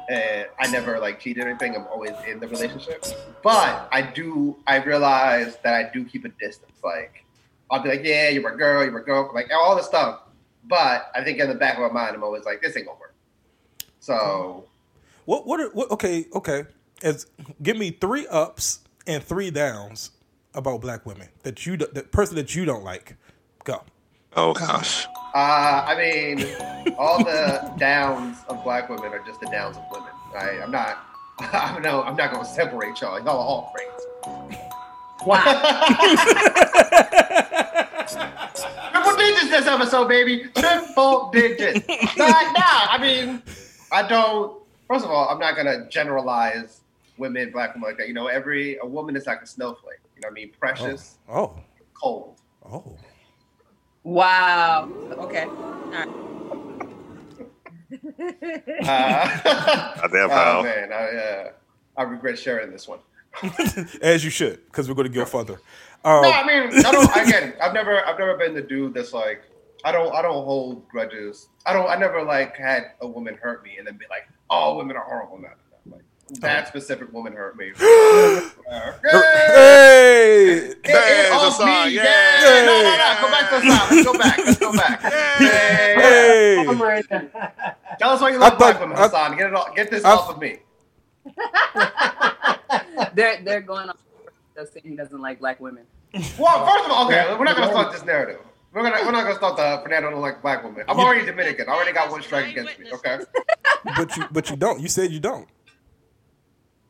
Speaker 3: And I never like cheated or anything. I'm always in the relationship. But I do. I realize that I do keep a distance. Like I'll be like, yeah, you're my girl, you're my girl, like all this stuff. But I think in the back of my mind, I'm always like, this ain't gonna work. So
Speaker 1: What what are what okay, okay. As give me three ups and three downs about black women that you the person that you don't like. Go.
Speaker 4: Oh gosh.
Speaker 3: uh, I mean, all the downs of black women are just the downs of women. Right? I'm not. I'm no. I'm not gonna separate y'all. Y'all are all friends.
Speaker 5: Wow.
Speaker 3: Triple digits this episode, baby. Triple digits. nah, nah. I mean, I don't. First of all, I'm not gonna generalize women, black women like that. You know, every a woman is like a snowflake. You know what I mean? Precious,
Speaker 1: Oh.
Speaker 3: cold.
Speaker 1: Oh.
Speaker 5: wow. Okay. All right.
Speaker 3: Uh,
Speaker 4: Goddamn,
Speaker 3: oh
Speaker 4: pal.
Speaker 3: man, I, uh, I regret sharing this one.
Speaker 1: As you should, because we're gonna go further. Um,
Speaker 3: No, I mean, I don't. Again, I've never, I've never been the dude that's like, I don't, I don't hold grudges. I don't, I never like had a woman hurt me and then be like, all women are horrible. No, no, no. Like
Speaker 1: Oh.
Speaker 3: that specific woman hurt me. Hey,
Speaker 1: Hey!
Speaker 3: it- it
Speaker 4: Hey,
Speaker 3: was
Speaker 4: the song,
Speaker 3: me,
Speaker 4: yeah.
Speaker 3: yeah. No, no, no. Go back to the song. Let's go back. Let's go back. Yeah, yeah, yeah.
Speaker 1: Hey!
Speaker 3: Tell us why you
Speaker 1: I
Speaker 3: love black
Speaker 1: thought-
Speaker 3: women,
Speaker 1: I-
Speaker 3: Hassan. Get it all. Get this
Speaker 1: I-
Speaker 3: off of me.
Speaker 5: They're they're going on. They're saying he doesn't like black women.
Speaker 3: Well, first of all, okay, we're not gonna start this narrative. We're gonna we're not gonna start the Fernando don't like black women. I'm already Dominican. I already got one strike against me. Okay.
Speaker 1: But you but you don't. You said you don't.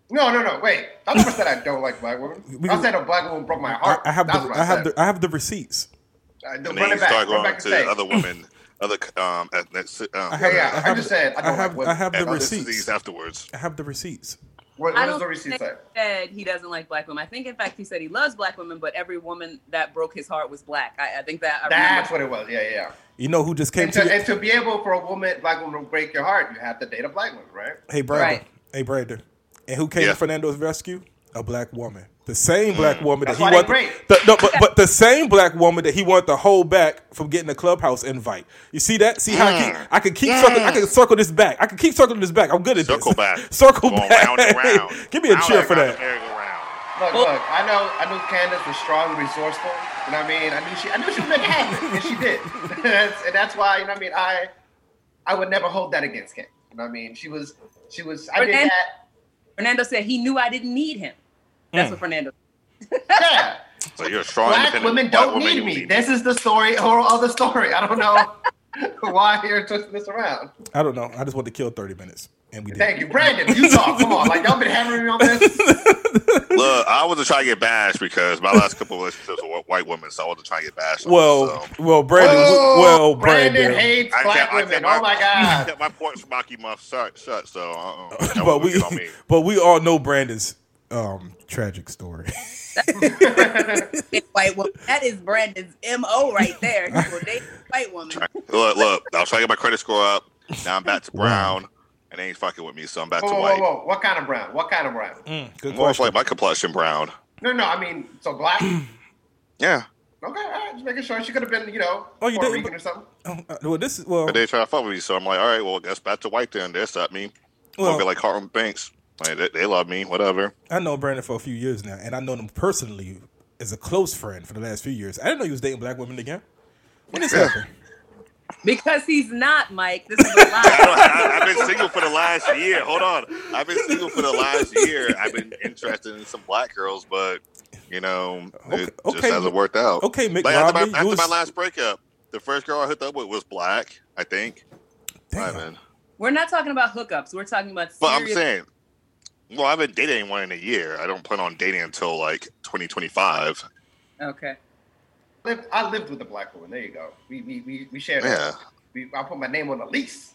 Speaker 3: No, no, no. Wait. I never said I don't like black women.
Speaker 1: We-
Speaker 3: I said a black woman broke my
Speaker 1: I,
Speaker 3: heart.
Speaker 1: I have
Speaker 3: That's
Speaker 1: the
Speaker 3: what
Speaker 1: I have
Speaker 3: said.
Speaker 1: the I have the receipts.
Speaker 3: Uh, the
Speaker 4: And
Speaker 3: run
Speaker 4: then you
Speaker 3: it back.
Speaker 4: start
Speaker 3: Run
Speaker 4: going
Speaker 3: back
Speaker 4: to
Speaker 3: to say.
Speaker 4: other women, other um, ethnic, um,
Speaker 1: I have,
Speaker 3: Yeah, yeah.
Speaker 1: I have
Speaker 3: I, just
Speaker 1: the-
Speaker 3: said I don't
Speaker 1: I have
Speaker 3: like women.
Speaker 1: I have the
Speaker 3: What-
Speaker 1: receipts.
Speaker 4: ethnicities afterwards.
Speaker 1: I have the receipts.
Speaker 3: What,
Speaker 5: I
Speaker 3: does
Speaker 5: don't
Speaker 3: the receipt
Speaker 5: think
Speaker 3: say?
Speaker 5: he said he doesn't like black women. I think, in fact, he said he loves black women, but every woman that broke his heart was black. I, I think that I
Speaker 3: That's
Speaker 5: remember.
Speaker 3: what it was. Yeah, yeah. yeah.
Speaker 1: You know who just came
Speaker 3: And to,
Speaker 1: to
Speaker 3: and to be able for a woman, black woman to break your heart, you have to date a black woman, right?
Speaker 1: Hey Brandon.
Speaker 5: Right.
Speaker 1: Hey Brandon. And who came
Speaker 4: Yeah.
Speaker 1: to Fernando's rescue? A black woman. The same black woman that
Speaker 3: Mm. That's
Speaker 1: he
Speaker 3: why they
Speaker 1: wanted
Speaker 3: great.
Speaker 1: the, no, but, but the same black woman that he wanted to hold back from getting a clubhouse invite. You see that? See how I
Speaker 3: Mm.
Speaker 1: keep I can keep circling I can circle this back. I can keep circling this back. I'm good at
Speaker 4: Circle
Speaker 1: this.
Speaker 4: back.
Speaker 1: circle
Speaker 4: Going
Speaker 1: back.
Speaker 4: round and round.
Speaker 1: Give me a
Speaker 4: Round
Speaker 1: cheer
Speaker 4: and
Speaker 1: for
Speaker 4: round
Speaker 1: that.
Speaker 4: and merry-go-round.
Speaker 3: Look, look, I know I knew Candace was strong, resourceful. You know what I mean? I knew she I knew she was meant to happen, and she did. that's, and that's why, you know what I mean, I I would never hold that against Candace. You know what I mean? She was she was I did
Speaker 5: Fernando-
Speaker 3: that.
Speaker 5: Fernando said he knew I didn't need him.
Speaker 1: Hmm.
Speaker 5: That's what Fernando.
Speaker 3: Yeah.
Speaker 4: So you're a strong.
Speaker 3: Black
Speaker 4: independent
Speaker 3: women
Speaker 4: black
Speaker 3: don't
Speaker 4: woman,
Speaker 3: need
Speaker 4: you
Speaker 3: me. This is the story or of the story. I don't know why you're twisting this around.
Speaker 1: I don't know. I just wanted to kill 30 minutes. And we did.
Speaker 3: Thank you. Brandon, you talk. Come on. Like y'all been hammering me on this.
Speaker 4: Look, I wasn't trying to get bashed because my last couple of relationships were with white women, so I wasn't trying to get bashed. on
Speaker 1: Well,
Speaker 4: it, so.
Speaker 1: well, Brandon.
Speaker 3: Oh,
Speaker 1: well,
Speaker 3: Brandon,
Speaker 1: Brandon.
Speaker 3: hates
Speaker 4: I
Speaker 3: black
Speaker 4: kept- I
Speaker 3: women.
Speaker 4: kept
Speaker 3: Oh my
Speaker 4: I
Speaker 3: god.
Speaker 4: kept my points from Aki Muff shut, shut. So, uh-uh. That
Speaker 1: but
Speaker 4: wasn't
Speaker 1: we,
Speaker 4: on me.
Speaker 1: but we all know Brandon's um, tragic story.
Speaker 5: said white woman. That is Brandon's mo right there. He will date a white woman.
Speaker 4: Look, look. I was trying to get my credit score up. Now I'm back to
Speaker 1: Wow.
Speaker 4: brown, and they ain't fucking with me, so I'm back
Speaker 3: Whoa,
Speaker 4: to
Speaker 3: whoa,
Speaker 4: white.
Speaker 3: whoa, whoa. What kind of brown? What kind of brown?
Speaker 1: Mm, good
Speaker 4: More of
Speaker 1: question.
Speaker 4: like my complexion brown.
Speaker 3: No, no, I mean, so black. okay,
Speaker 4: Yeah,
Speaker 3: all right, just making sure she could have been, you know,
Speaker 1: Oh, you
Speaker 3: Puerto
Speaker 1: did-
Speaker 3: Rican or something.
Speaker 1: Oh, uh, well, this is well.
Speaker 4: but they try to fuck with me, so I'm like, all right, well, guess back to white then. That's at me. Well,
Speaker 1: Well-
Speaker 4: I'll be like Harlem Banks. Like they, they love me, whatever.
Speaker 1: I know Brandon for a few years now, and I know him personally as a close friend for the last few years. I didn't know he was dating black women again. When this happened?
Speaker 5: Because he's not, Mike. This is a
Speaker 4: I don't,
Speaker 5: lie.
Speaker 4: I, I've been single for the last year. Hold on, I've been single for the last year. I've been interested in some black girls, but you know,
Speaker 1: Okay-
Speaker 4: it just
Speaker 1: okay,
Speaker 4: hasn't worked out.
Speaker 1: Okay, Mick
Speaker 4: Like, after, my,
Speaker 1: Romney, you
Speaker 4: after
Speaker 1: was-
Speaker 4: my last breakup, the first girl I hooked up with was black, I think.
Speaker 1: Damn.
Speaker 4: I mean,
Speaker 5: We're not talking about hookups. We're talking about serious.
Speaker 4: but I'm saying, well, I haven't dated anyone in a year. I don't plan on dating until like 2025.
Speaker 5: okay.
Speaker 3: Lived, I lived with a black woman. There you go. We we we, we shared.
Speaker 4: Yeah,
Speaker 3: We, I put my name on the lease.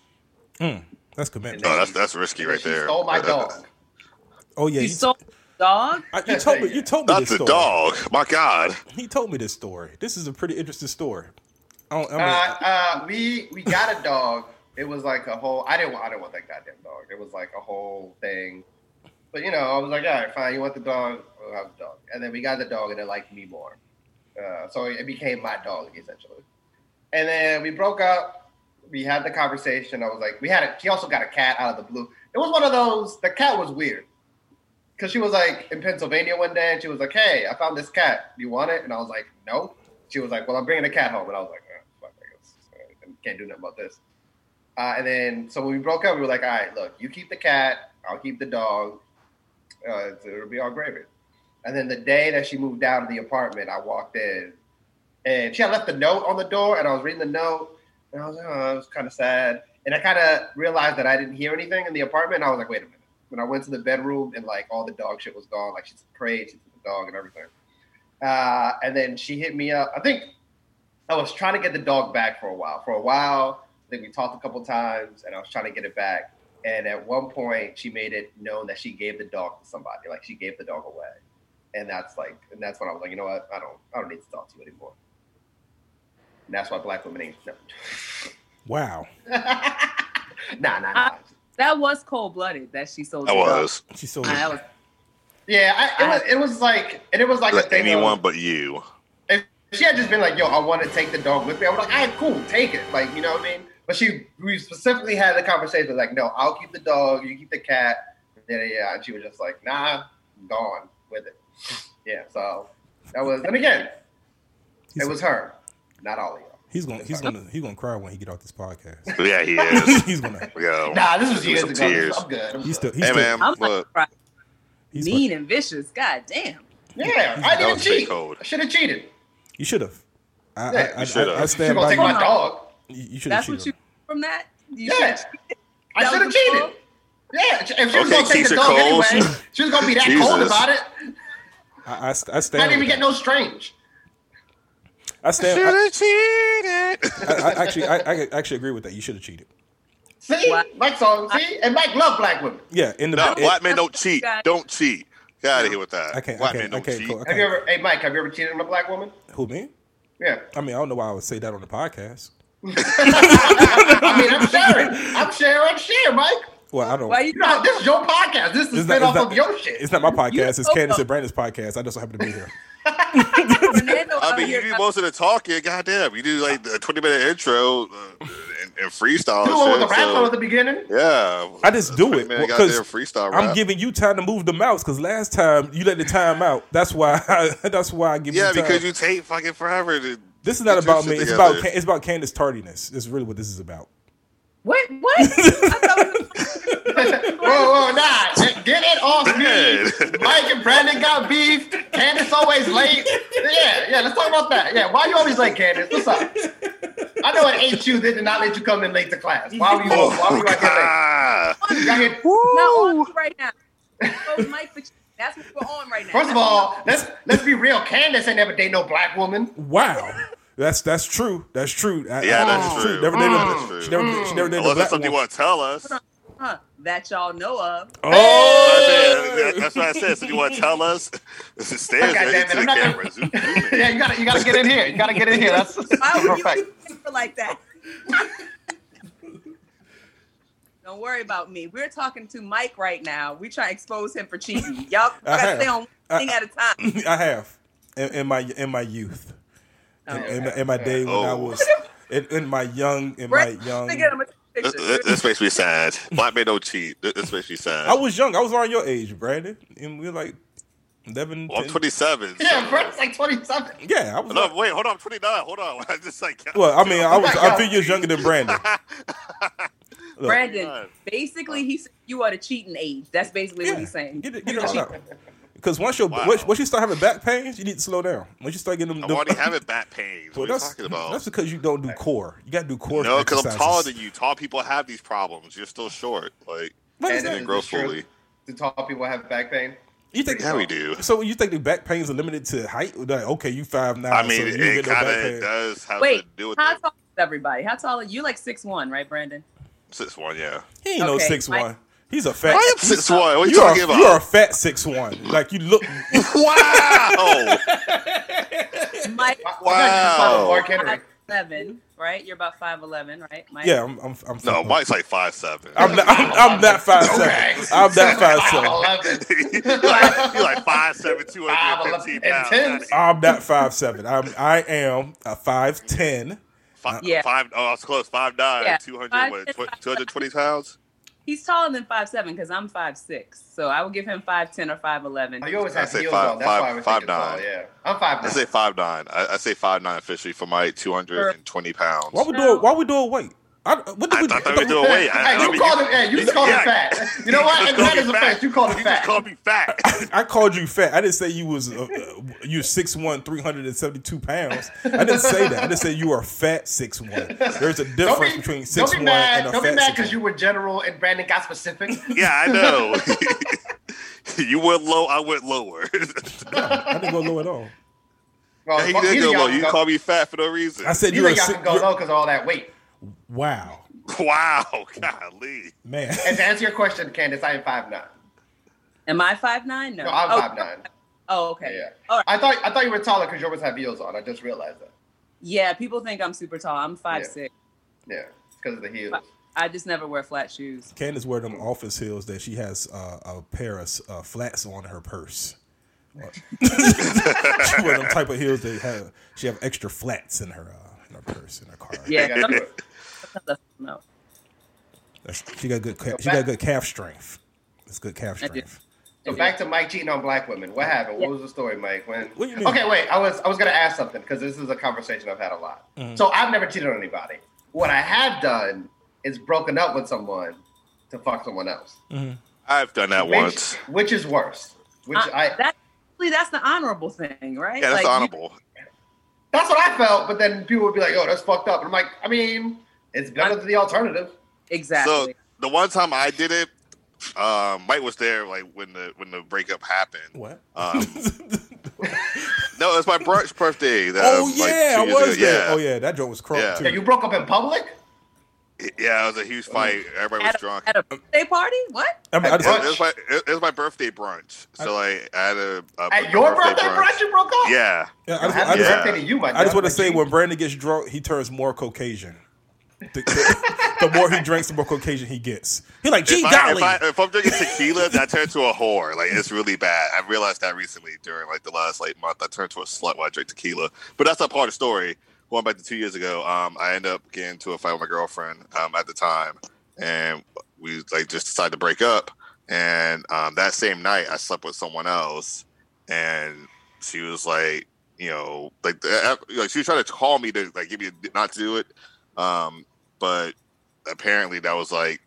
Speaker 1: Mm, that's
Speaker 3: And
Speaker 1: commitment.
Speaker 4: No,
Speaker 3: then
Speaker 4: that's-
Speaker 3: she-
Speaker 4: that's risky
Speaker 3: and then
Speaker 4: right
Speaker 3: she
Speaker 4: there.
Speaker 3: Stole my
Speaker 4: That-
Speaker 3: dog.
Speaker 1: Oh yeah,
Speaker 5: You
Speaker 1: you,
Speaker 5: sold the dog?
Speaker 1: I- you told me. You told me
Speaker 4: Not
Speaker 1: this
Speaker 4: the
Speaker 1: story.
Speaker 4: dog. My God.
Speaker 1: He told me this story. This is a pretty interesting story. I don't, I mean,
Speaker 3: Uh, uh, we we got a dog. It was like a whole. I didn't. want- I didn't want that goddamn dog. It was like a whole thing. But you know, I was like, all right, fine. You want the dog? We'll have the dog. And then we got the dog, and it liked me more. Uh, so it became my dog essentially. And then we broke up. We had the conversation. I was like, we had a. She also got a cat out of the blue. It was one of those. The cat was weird. Cause she was like in Pennsylvania one day, and she was like, "Hey, I found this cat. Do you want it?" And I was like, "No." she was like, "Well, I'm bringing a cat home," and I was like, oh, fuck, I guess. uh, "Can't do nothing about this." Uh, and then so when we broke up, we were like, "All right, look, you keep the cat, I'll keep the dog. Uh, it'll be all gravy." And then the day that she moved out of the apartment, I walked in, and she had left a note on the door, and I was reading the note, and I was, oh, it was kind of sad, and I kind of realized that I didn't hear anything in the apartment. And I was like, "Wait a minute." When I went to the bedroom and like all the dog shit was gone, like she prayed, she took the dog and everything. Uh, and then she hit me up. I think I was trying to get the dog back for a while. For a while, I think we talked a couple times, and I was trying to get it back. And at one point, she made it known that she gave the dog to somebody. Like she gave the dog away, and that's like, and that's when I was like, you know what? I don't, I don't need to talk to you anymore. And that's why black women ain't. No.
Speaker 1: Wow.
Speaker 3: nah, nah, nah.
Speaker 5: That was cold blooded that she sold.
Speaker 4: I
Speaker 5: the dog.
Speaker 4: was.
Speaker 1: She sold
Speaker 5: Uh,
Speaker 1: it.
Speaker 5: that was
Speaker 3: Yeah, I, it was, it was like, and it was like a
Speaker 4: Like
Speaker 3: thing of-
Speaker 4: anyone but you.
Speaker 3: if she had just been like, "Yo, I want to take the dog with me," I was like, "All right, cool, take it." Like, you know what I mean? But she, we specifically had the conversation like, "No, I'll keep the dog, you keep the cat." Yeah, yeah, yeah. And she was just like, "Nah, gone with it." Yeah, so that was, and again,
Speaker 1: He's-
Speaker 3: it was her, not all of y'all.
Speaker 1: He's gonna he's gonna he's gonna cry when he get off this podcast.
Speaker 4: Yeah, he is.
Speaker 1: he's gonna
Speaker 4: Yo.
Speaker 3: Nah, this was
Speaker 4: Give me
Speaker 3: years
Speaker 4: some
Speaker 3: ago.
Speaker 4: tears.
Speaker 3: I'm good. I'm
Speaker 1: he's still
Speaker 3: good.
Speaker 1: he's
Speaker 4: Hey,
Speaker 1: still,
Speaker 4: man.
Speaker 5: I'm like
Speaker 4: Look,
Speaker 1: he's
Speaker 5: mean and vicious. God damn.
Speaker 3: yeah, I
Speaker 4: That
Speaker 3: didn't
Speaker 4: was pretty
Speaker 3: cheat.
Speaker 4: cold.
Speaker 3: I should have cheated.
Speaker 1: you should have. I,
Speaker 3: Yeah, you
Speaker 1: I, I,
Speaker 4: should've.
Speaker 1: I, I
Speaker 3: She
Speaker 1: stand
Speaker 3: gonna
Speaker 1: by
Speaker 3: take my
Speaker 1: you.
Speaker 3: dog.
Speaker 1: You should have
Speaker 5: That's what you
Speaker 1: cheated.
Speaker 5: from that. You
Speaker 3: Yeah.
Speaker 5: said-
Speaker 3: I
Speaker 5: That
Speaker 3: should have
Speaker 5: was the
Speaker 3: cheated.
Speaker 5: call?
Speaker 3: Yeah, if she was
Speaker 4: Okay,
Speaker 3: gonna take
Speaker 4: Keisha
Speaker 3: the dog
Speaker 4: Cole.
Speaker 3: anyway, she was gonna be that cold
Speaker 4: Jesus.
Speaker 3: about it.
Speaker 1: I, I, st- I
Speaker 3: I
Speaker 1: stand.
Speaker 3: didn't even
Speaker 1: with
Speaker 3: get
Speaker 1: that.
Speaker 3: no strange.
Speaker 1: I stand. I,
Speaker 4: cheated.
Speaker 1: I, I actually I, I actually agree with that. You should have cheated.
Speaker 3: See,
Speaker 5: Wow.
Speaker 3: Mike saw him. See, and Mike loved black women.
Speaker 1: Yeah. In the
Speaker 4: No,
Speaker 1: it-
Speaker 4: black men don't cheat.
Speaker 5: Got it.
Speaker 4: Don't cheat. Get out of here with that.
Speaker 1: I can't.
Speaker 4: Black
Speaker 1: I
Speaker 4: men
Speaker 1: can't. I
Speaker 4: don't
Speaker 1: can't.
Speaker 4: cheat.
Speaker 1: Cool, I
Speaker 3: Have you
Speaker 1: can't.
Speaker 3: ever, hey Mike, have you ever cheated on a black woman?
Speaker 1: Who me?
Speaker 3: Yeah.
Speaker 1: I mean, I don't know why I would say that on the podcast.
Speaker 3: I mean, I'm sharing. I'm sharing. I'm sharing, Mike.
Speaker 1: Well, I don't.
Speaker 5: Why you
Speaker 3: You know, this is your podcast. This is
Speaker 1: it's
Speaker 3: spin
Speaker 1: not, it's,
Speaker 3: off of
Speaker 1: not,
Speaker 3: your shit.
Speaker 1: it's not my podcast.
Speaker 5: You
Speaker 1: It's
Speaker 5: spoke
Speaker 1: Candace
Speaker 5: up.
Speaker 1: and Brandon's podcast. I just happen to be here.
Speaker 5: Fernando
Speaker 4: I
Speaker 5: out
Speaker 4: mean, you
Speaker 5: here-
Speaker 4: do most of the talking. Goddamn, you do like the twenty-minute intro uh, and, and freestyle.
Speaker 3: You the one with the
Speaker 4: shit,
Speaker 3: rap
Speaker 4: so-
Speaker 3: at the beginning.
Speaker 4: yeah,
Speaker 1: I just do it,
Speaker 4: Man,
Speaker 1: well,
Speaker 4: goddamn
Speaker 1: 'cause
Speaker 4: freestyle rap.
Speaker 1: I'm giving you time to move the mouse because last time you let the time out. That's why. that's why I give
Speaker 4: yeah,
Speaker 1: you time.
Speaker 4: because you take fucking forever. To
Speaker 1: This is not
Speaker 4: get your
Speaker 1: about
Speaker 4: shit
Speaker 1: me. It's
Speaker 4: together.
Speaker 1: about Ca- it's about Candace tardiness. That's really what this is about.
Speaker 5: What? What? I thought we were-
Speaker 3: whoa, whoa, nah. Get get it off me.
Speaker 4: Man.
Speaker 3: Mike and Brandon got beef. Candace always late. Yeah, yeah, let's talk about that. Yeah, why you always late, Candace? What's up? I know it ain't you. They did not let you come in late to class. Why were you,
Speaker 4: Oh,
Speaker 3: why were you out here
Speaker 4: God.
Speaker 3: late? You got here-
Speaker 5: not on right now. Those mic fix- That's what we're on right now.
Speaker 3: First of all, let's let's be real. Candace ain't never date no black woman.
Speaker 1: Wow. That's that's true. That's true. I-
Speaker 4: Yeah,
Speaker 1: I-
Speaker 4: that's
Speaker 1: it's
Speaker 4: true.
Speaker 1: Never dated. a-
Speaker 4: That's true.
Speaker 1: She never. She never
Speaker 3: Mm.
Speaker 1: dated. a
Speaker 4: Unless
Speaker 1: black
Speaker 4: that's something you
Speaker 1: woman.
Speaker 4: want to tell us.
Speaker 5: huh, that y'all know of.
Speaker 1: Oh,
Speaker 4: That's that's what I said. So you want to tell us?
Speaker 3: God
Speaker 4: Stairs
Speaker 3: damn
Speaker 4: right
Speaker 3: it,
Speaker 4: into the
Speaker 3: I'm not gonna-
Speaker 4: camera. Zoom- zoom in.
Speaker 3: yeah, you gotta you gotta get in here. You gotta get in here. That's
Speaker 5: Why would
Speaker 3: perfect.
Speaker 5: you think for like that? Don't worry about me. We're talking to Mike right now. We try to expose him for cheating. Y'all
Speaker 1: I
Speaker 5: gotta
Speaker 1: have.
Speaker 5: stay on
Speaker 1: I-
Speaker 5: one thing at a time.
Speaker 1: I have in, in my in my youth, in, in, my- in my day when I
Speaker 4: Oh.
Speaker 1: was in, in my young in my
Speaker 5: We're
Speaker 1: young.
Speaker 5: gonna get him a
Speaker 4: This,
Speaker 5: picture.
Speaker 4: this- this makes me sad. Black men don't cheat. This, this makes me sad.
Speaker 1: I was young. I was around your age, Brandon, and we were like eleven.
Speaker 4: Well, Oh, I'm
Speaker 1: 10.
Speaker 4: 27. so-
Speaker 3: Yeah, Brent's like 27.
Speaker 1: Yeah, I was.
Speaker 4: No,
Speaker 1: like-
Speaker 4: wait, hold on. I'm 29. Hold on. I just like.
Speaker 1: well, I mean, I was. I'm
Speaker 3: Yeah.
Speaker 1: few years younger than Brandon. Look,
Speaker 5: Brandon,
Speaker 4: God.
Speaker 5: basically, he said you are the cheating age. That's basically what he's saying.
Speaker 1: Get it, get it all out. Because once you
Speaker 4: Wow.
Speaker 1: once, once you start having back pains, you need to slow down. Once you start getting them,
Speaker 4: I'm already having back pains.
Speaker 1: Well,
Speaker 4: what are you
Speaker 1: that's-
Speaker 4: talking about?
Speaker 1: That's because you don't do core. You got to do core.
Speaker 4: no, because I'm
Speaker 1: exercises.
Speaker 4: taller than you. Tall people have these problems. You're still short. Like,
Speaker 1: What is
Speaker 3: And
Speaker 4: you
Speaker 1: that?
Speaker 4: didn't grow
Speaker 3: Is it true?
Speaker 4: fully.
Speaker 3: Do tall people have back pain?
Speaker 1: You think
Speaker 4: Yeah, we do.
Speaker 1: So you think the back pains are limited to height? Like, okay, you five nine.
Speaker 4: I mean,
Speaker 1: so you don't
Speaker 4: it
Speaker 1: get no back
Speaker 4: kind of
Speaker 1: pain.
Speaker 4: does have
Speaker 5: Wait,
Speaker 4: to do with
Speaker 5: how
Speaker 4: it.
Speaker 5: tall is everybody? How tall are you? Like six one, right, Brandon?
Speaker 4: Six one, yeah.
Speaker 1: He ain't no
Speaker 5: Okay,
Speaker 1: six
Speaker 5: my-
Speaker 1: one. He's a fat.
Speaker 4: I am six one. What are you,
Speaker 1: you are,
Speaker 4: talking
Speaker 1: you are a
Speaker 4: about?
Speaker 1: fat six one. Like you look.
Speaker 4: wow.
Speaker 5: Mike,
Speaker 4: Wow.
Speaker 3: Mark Henry.
Speaker 5: five eleven, right? You're about five eleven, right, Mike?
Speaker 1: Yeah, I'm. I'm, I'm
Speaker 4: no, Mike's like five seven.
Speaker 1: I'm not. I'm, I'm not five
Speaker 3: Okay.
Speaker 1: seven. I'm not five seven.
Speaker 3: 5'11.
Speaker 4: you like, you like five seven, two hundred and
Speaker 3: 5'11.
Speaker 4: fifteen
Speaker 3: And 10.
Speaker 4: pounds.
Speaker 1: I'm not five seven. I'm. I am a five ten.
Speaker 4: Five,
Speaker 5: Yeah.
Speaker 4: five, oh, I was close. Five nine,
Speaker 5: Yeah.
Speaker 4: two hundred,
Speaker 5: Five,
Speaker 4: what,
Speaker 5: ten,
Speaker 4: tw- 220 pounds?
Speaker 5: He's taller than five seven because I'm five six, so I would give him five ten or five eleven.
Speaker 3: Oh, you always
Speaker 4: I
Speaker 3: have
Speaker 4: say
Speaker 3: heels
Speaker 4: five-
Speaker 3: on. That's why I was
Speaker 4: five-
Speaker 3: thinking
Speaker 4: five
Speaker 3: tall,
Speaker 4: nine.
Speaker 3: Yeah, I'm five
Speaker 4: I
Speaker 3: nine.
Speaker 4: say five nine. I, I say five nine officially for my two hundred and twenty pounds.
Speaker 1: Why we do it? Why we do it? Wait, I, what did
Speaker 4: I
Speaker 1: we?
Speaker 4: thought we do away.
Speaker 3: hey,
Speaker 4: I, I
Speaker 3: you
Speaker 4: mean,
Speaker 3: called him. Hey, you just called
Speaker 4: yeah,
Speaker 3: him fat. You know
Speaker 4: you
Speaker 3: what?
Speaker 4: just
Speaker 3: And that
Speaker 4: called
Speaker 3: is
Speaker 4: me
Speaker 3: a fact. You called him
Speaker 4: You just
Speaker 3: fat.
Speaker 4: called me fat.
Speaker 1: I called you fat. I didn't say you was uh, uh, you six one, three hundred and seventy two pounds. I didn't say that. I just said you are fat six one. There's a difference
Speaker 3: Don't be,
Speaker 1: between
Speaker 3: don't
Speaker 1: six
Speaker 3: be
Speaker 1: one
Speaker 3: mad.
Speaker 1: and a
Speaker 3: don't
Speaker 1: fat
Speaker 3: be mad
Speaker 1: 6'1".
Speaker 3: because you were general and Brandon got specific.
Speaker 4: yeah, I know. you went low. I went lower.
Speaker 1: I didn't go low at all.
Speaker 3: Well,
Speaker 4: he
Speaker 3: well,
Speaker 4: did
Speaker 3: Uh, either
Speaker 4: go
Speaker 3: y'all
Speaker 4: low.
Speaker 3: can
Speaker 4: You
Speaker 3: go-
Speaker 4: called me fat for no reason.
Speaker 1: I said you
Speaker 3: either
Speaker 1: were
Speaker 3: y'all
Speaker 1: si-
Speaker 3: can go
Speaker 1: you're-
Speaker 3: low because all that weight.
Speaker 1: wow,
Speaker 4: wow, golly.
Speaker 1: man.
Speaker 3: And to answer your question, Candace, I am five nine.
Speaker 5: Am I five nine? No.
Speaker 3: No, I'm
Speaker 5: oh,
Speaker 3: five nine.
Speaker 5: oh, okay.
Speaker 3: Yeah.
Speaker 5: All right.
Speaker 3: I thought I thought you were taller because you always have heels on. I just realized that.
Speaker 5: Yeah, people think I'm super tall. I'm five six.
Speaker 3: Yeah, because of the heels.
Speaker 5: I just never wear flat shoes.
Speaker 1: Candace wear them office heels that she has uh, a pair of uh, flats on her purse. she wear them type of heels that have she have extra flats in her uh, in her purse in her car.
Speaker 5: Yeah.
Speaker 3: You gotta do it.
Speaker 5: Sometimes I don't know.
Speaker 1: That's- she got good ca- she got good calf strength. It's good calf
Speaker 5: I do.
Speaker 1: strength.
Speaker 3: So back to Mike cheating on black women. What happened? What was the story, Mike? When?
Speaker 1: What do you mean?
Speaker 3: Okay, wait. I was I was gonna ask something because this is a conversation I've had a lot.
Speaker 1: Mm-hmm.
Speaker 3: So I've never cheated on anybody. What I have done is broken up with someone to fuck someone else,
Speaker 1: Mm-hmm.
Speaker 4: I've done that
Speaker 3: which,
Speaker 4: once.
Speaker 3: which is worse. Which
Speaker 5: Uh,
Speaker 3: I
Speaker 5: that- actually, that's the honorable thing, right?
Speaker 4: Yeah, that's
Speaker 5: Like, you-
Speaker 4: honorable.
Speaker 3: that's what I felt, but then people would be like, "Oh, that's fucked up," and I'm like, I mean, it's better than the alternative.
Speaker 5: exactly.
Speaker 4: So the one time I did it, um, Mike was there like when the when the breakup happened.
Speaker 1: What?
Speaker 4: Um, no, it's my brunch birthday. That,
Speaker 1: oh
Speaker 4: um, like,
Speaker 1: yeah,
Speaker 4: two
Speaker 1: I
Speaker 4: years
Speaker 1: was
Speaker 4: ago.
Speaker 1: there. Oh yeah, that joke was crunk
Speaker 4: Yeah.
Speaker 1: too.
Speaker 3: Yeah, you broke up in public.
Speaker 4: yeah, yeah. It was a huge
Speaker 1: Oh,
Speaker 4: fight. Everybody was
Speaker 5: at, a,
Speaker 4: drunk.
Speaker 5: at a birthday party? What?
Speaker 1: I mean, I
Speaker 3: At
Speaker 1: just-
Speaker 4: Yeah, it, was my, it, it was my birthday brunch. So like I had a, a
Speaker 3: At your birthday brunch, you broke up.
Speaker 4: Yeah.
Speaker 1: yeah, I
Speaker 3: Well,
Speaker 1: just- I
Speaker 3: happy
Speaker 1: just-
Speaker 3: birthday to you, my
Speaker 1: I just want
Speaker 3: dog.
Speaker 1: to
Speaker 3: Like,
Speaker 1: say
Speaker 3: you-
Speaker 1: when Brandon gets drunk, he turns more Caucasian. The, the- the more he drinks, the more Caucasian he gets. He like, gee
Speaker 4: If, I,
Speaker 1: golly.
Speaker 4: if, I, if I'm drinking tequila, then I turn to a whore. Like it's really bad. I realized that recently during like the last like month. I turned to a slut when I drink tequila. But that's not part of the story. Going back to two years ago, um, I ended up getting into a fight with my girlfriend um, at the time, and we like just decided to break up. And um, that same night, I slept with someone else, and she was like, you know, like the- like she was trying to call me to like give me not to do it, um, but apparently that was like